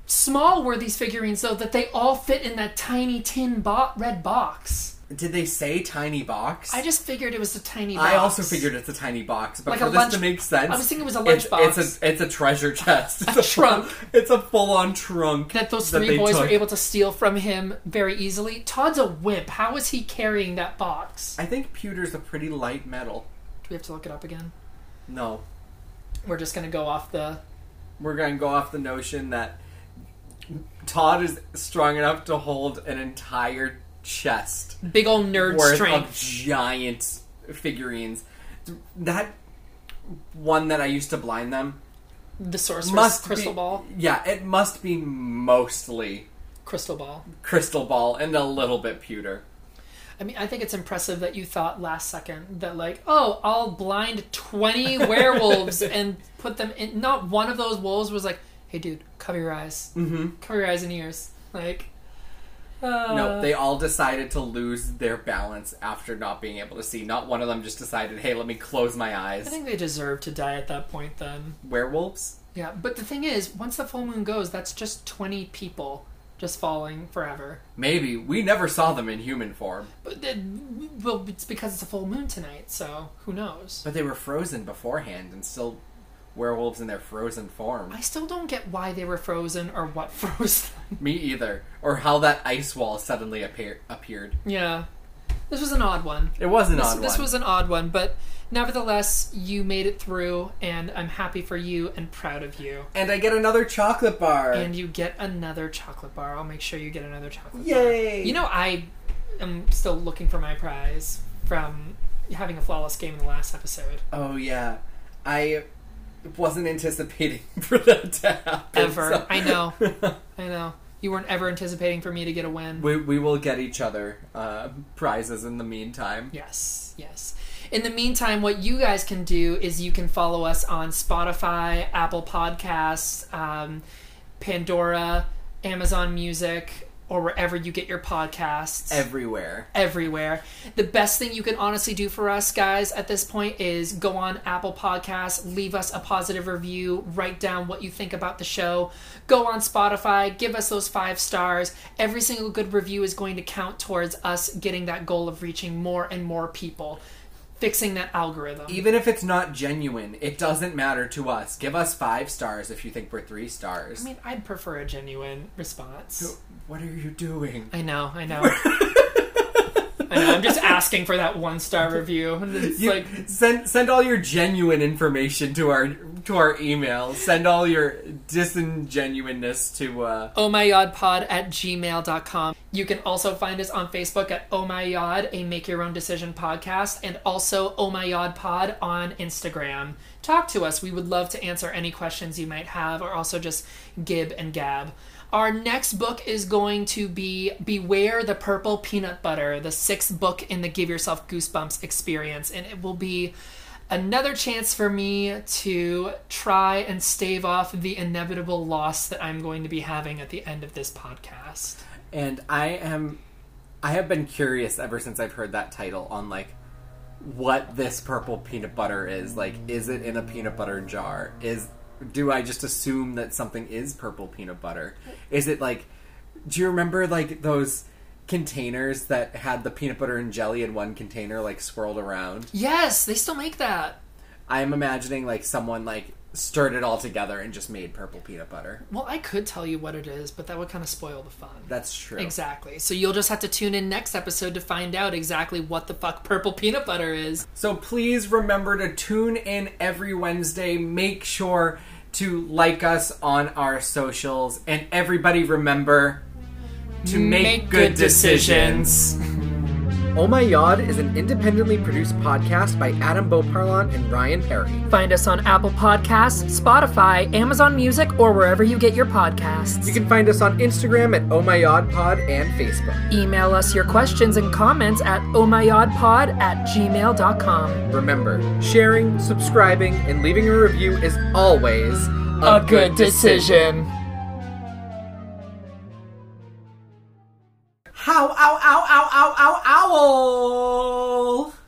[SPEAKER 2] small were these figurines though that they all fit in that tiny tin bo- red box?
[SPEAKER 1] Did they say tiny box?
[SPEAKER 2] I just figured it was a tiny box.
[SPEAKER 1] I also figured it's a tiny box, but like for this lunch... to make sense,
[SPEAKER 2] I was thinking it was a lunchbox.
[SPEAKER 1] It's, it's, a it's a treasure chest.
[SPEAKER 2] It's a, a trunk.
[SPEAKER 1] Full, it's a full on trunk
[SPEAKER 2] that those three that boys took. were able to steal from him very easily. Todd's a wimp. How is he carrying that box?
[SPEAKER 1] I think pewter's a pretty light metal.
[SPEAKER 2] Do we have to look it up again?
[SPEAKER 1] No.
[SPEAKER 2] We're just gonna go off the.
[SPEAKER 1] We're gonna go off the notion that Todd is strong enough to hold an entire chest,
[SPEAKER 2] big old nerd strength
[SPEAKER 1] of giant figurines. That one that I used to blind them,
[SPEAKER 2] the sorcerer's Um, must crystal be, ball.
[SPEAKER 1] Yeah, it must be mostly
[SPEAKER 2] crystal ball,
[SPEAKER 1] crystal ball, and a little bit pewter.
[SPEAKER 2] I mean, I think it's impressive that you thought last second that like, oh, I'll blind twenty werewolves and put them in. Not one of those wolves was like, hey dude cover your eyes
[SPEAKER 1] mm-hmm.
[SPEAKER 2] cover your eyes and ears like Uh,
[SPEAKER 1] no, they all decided to lose their balance after not being able to see. Not one of them just decided, hey, let me close my eyes.
[SPEAKER 2] I think they deserve to die at that point then.
[SPEAKER 1] Werewolves?
[SPEAKER 2] Yeah, but the thing is, once the full moon goes, that's just 20 people just falling forever.
[SPEAKER 1] Maybe. We never saw them in human form.
[SPEAKER 2] But the- well, it's because it's a full moon tonight, so who knows?
[SPEAKER 1] But they were frozen beforehand and still werewolves in their frozen form.
[SPEAKER 2] I still don't get why they were frozen or what froze them.
[SPEAKER 1] Me either. Or how that ice wall suddenly appear- appeared.
[SPEAKER 2] Yeah. This was an odd one.
[SPEAKER 1] It was an
[SPEAKER 2] This-
[SPEAKER 1] odd
[SPEAKER 2] This
[SPEAKER 1] one.
[SPEAKER 2] was an odd one, but nevertheless, you made it through, and I'm happy for you and proud of you.
[SPEAKER 1] And I get another chocolate bar.
[SPEAKER 2] And you get another chocolate bar. I'll make sure you get another chocolate bar.
[SPEAKER 1] Yay!
[SPEAKER 2] You know, I am still looking for my prize from having a flawless game in the last episode.
[SPEAKER 1] Oh yeah, I wasn't anticipating for that to happen.
[SPEAKER 2] Ever.
[SPEAKER 1] so-
[SPEAKER 2] I know. I know. You weren't ever anticipating for me to get a win.
[SPEAKER 1] We we will get each other uh, prizes in the meantime.
[SPEAKER 2] Yes, yes. In the meantime, what you guys can do is you can follow us on Spotify, Apple Podcasts, um, Pandora, Amazon Music, or wherever you get your podcasts.
[SPEAKER 1] Everywhere.
[SPEAKER 2] everywhere. The best thing you can honestly do for us, guys, at this point is go on Apple Podcasts, leave us a positive review, write down what you think about the show, go on Spotify, give us those five stars. Every single good review is going to count towards us getting that goal of reaching more and more people, fixing that algorithm.
[SPEAKER 1] Even if it's not genuine, it doesn't matter to us. Give us five stars if you think we're three stars.
[SPEAKER 2] I mean, I'd prefer a genuine response.
[SPEAKER 1] what are you doing?
[SPEAKER 2] I know, I know. I know, I'm just asking for that one star review. and It's
[SPEAKER 1] You-
[SPEAKER 2] like
[SPEAKER 1] send send all your genuine information to our to our email. Send all your disingenuineness to uh,
[SPEAKER 2] ohmyyodpod at gmail.com. You can also find us on Facebook at Oh My Yod, a make your own decision podcast, and also Oh My Yod Pod on Instagram. Talk to us. We would love to answer any questions you might have, or also just gib and gab. Our next book is going to be Beware the Purple Peanut Butter, the sixth book in the Give Yourself Goosebumps experience, and it will be another chance for me to try and stave off the inevitable loss that I'm going to be having at the end of this podcast.
[SPEAKER 1] And I am, I have been curious ever since I've heard that title on like what this purple peanut butter is. Like, is it in a peanut butter jar? Is do I just assume that something is purple peanut butter? Is it like, do you remember like those containers that had the peanut butter and jelly in one container like swirled around?
[SPEAKER 2] Yes, they still make that.
[SPEAKER 1] I'm imagining like someone like stirred it all together and just made purple peanut butter.
[SPEAKER 2] Well, I could tell you what it is, but that would kind of spoil the fun.
[SPEAKER 1] That's true.
[SPEAKER 2] Exactly. So you'll just have to tune in next episode to find out exactly what the fuck purple peanut butter is.
[SPEAKER 1] So please remember to tune in every Wednesday. Make sure to like us on our socials. And everybody remember to make, good, decisions. oh My Yod is an independently produced podcast by Adam Beauparlant and Ryan Perry.
[SPEAKER 2] Find us on Apple Podcasts, Spotify, Amazon Music, or wherever you get your podcasts.
[SPEAKER 1] You can find us on Instagram at Oh My Yod Pod and Facebook.
[SPEAKER 2] Email us your questions and comments at ohmyyodpod at gmail.com.
[SPEAKER 1] Remember, sharing, subscribing, and leaving a review is always
[SPEAKER 2] A good decision.
[SPEAKER 1] How, ow, ow, ow, ow, ow, owl!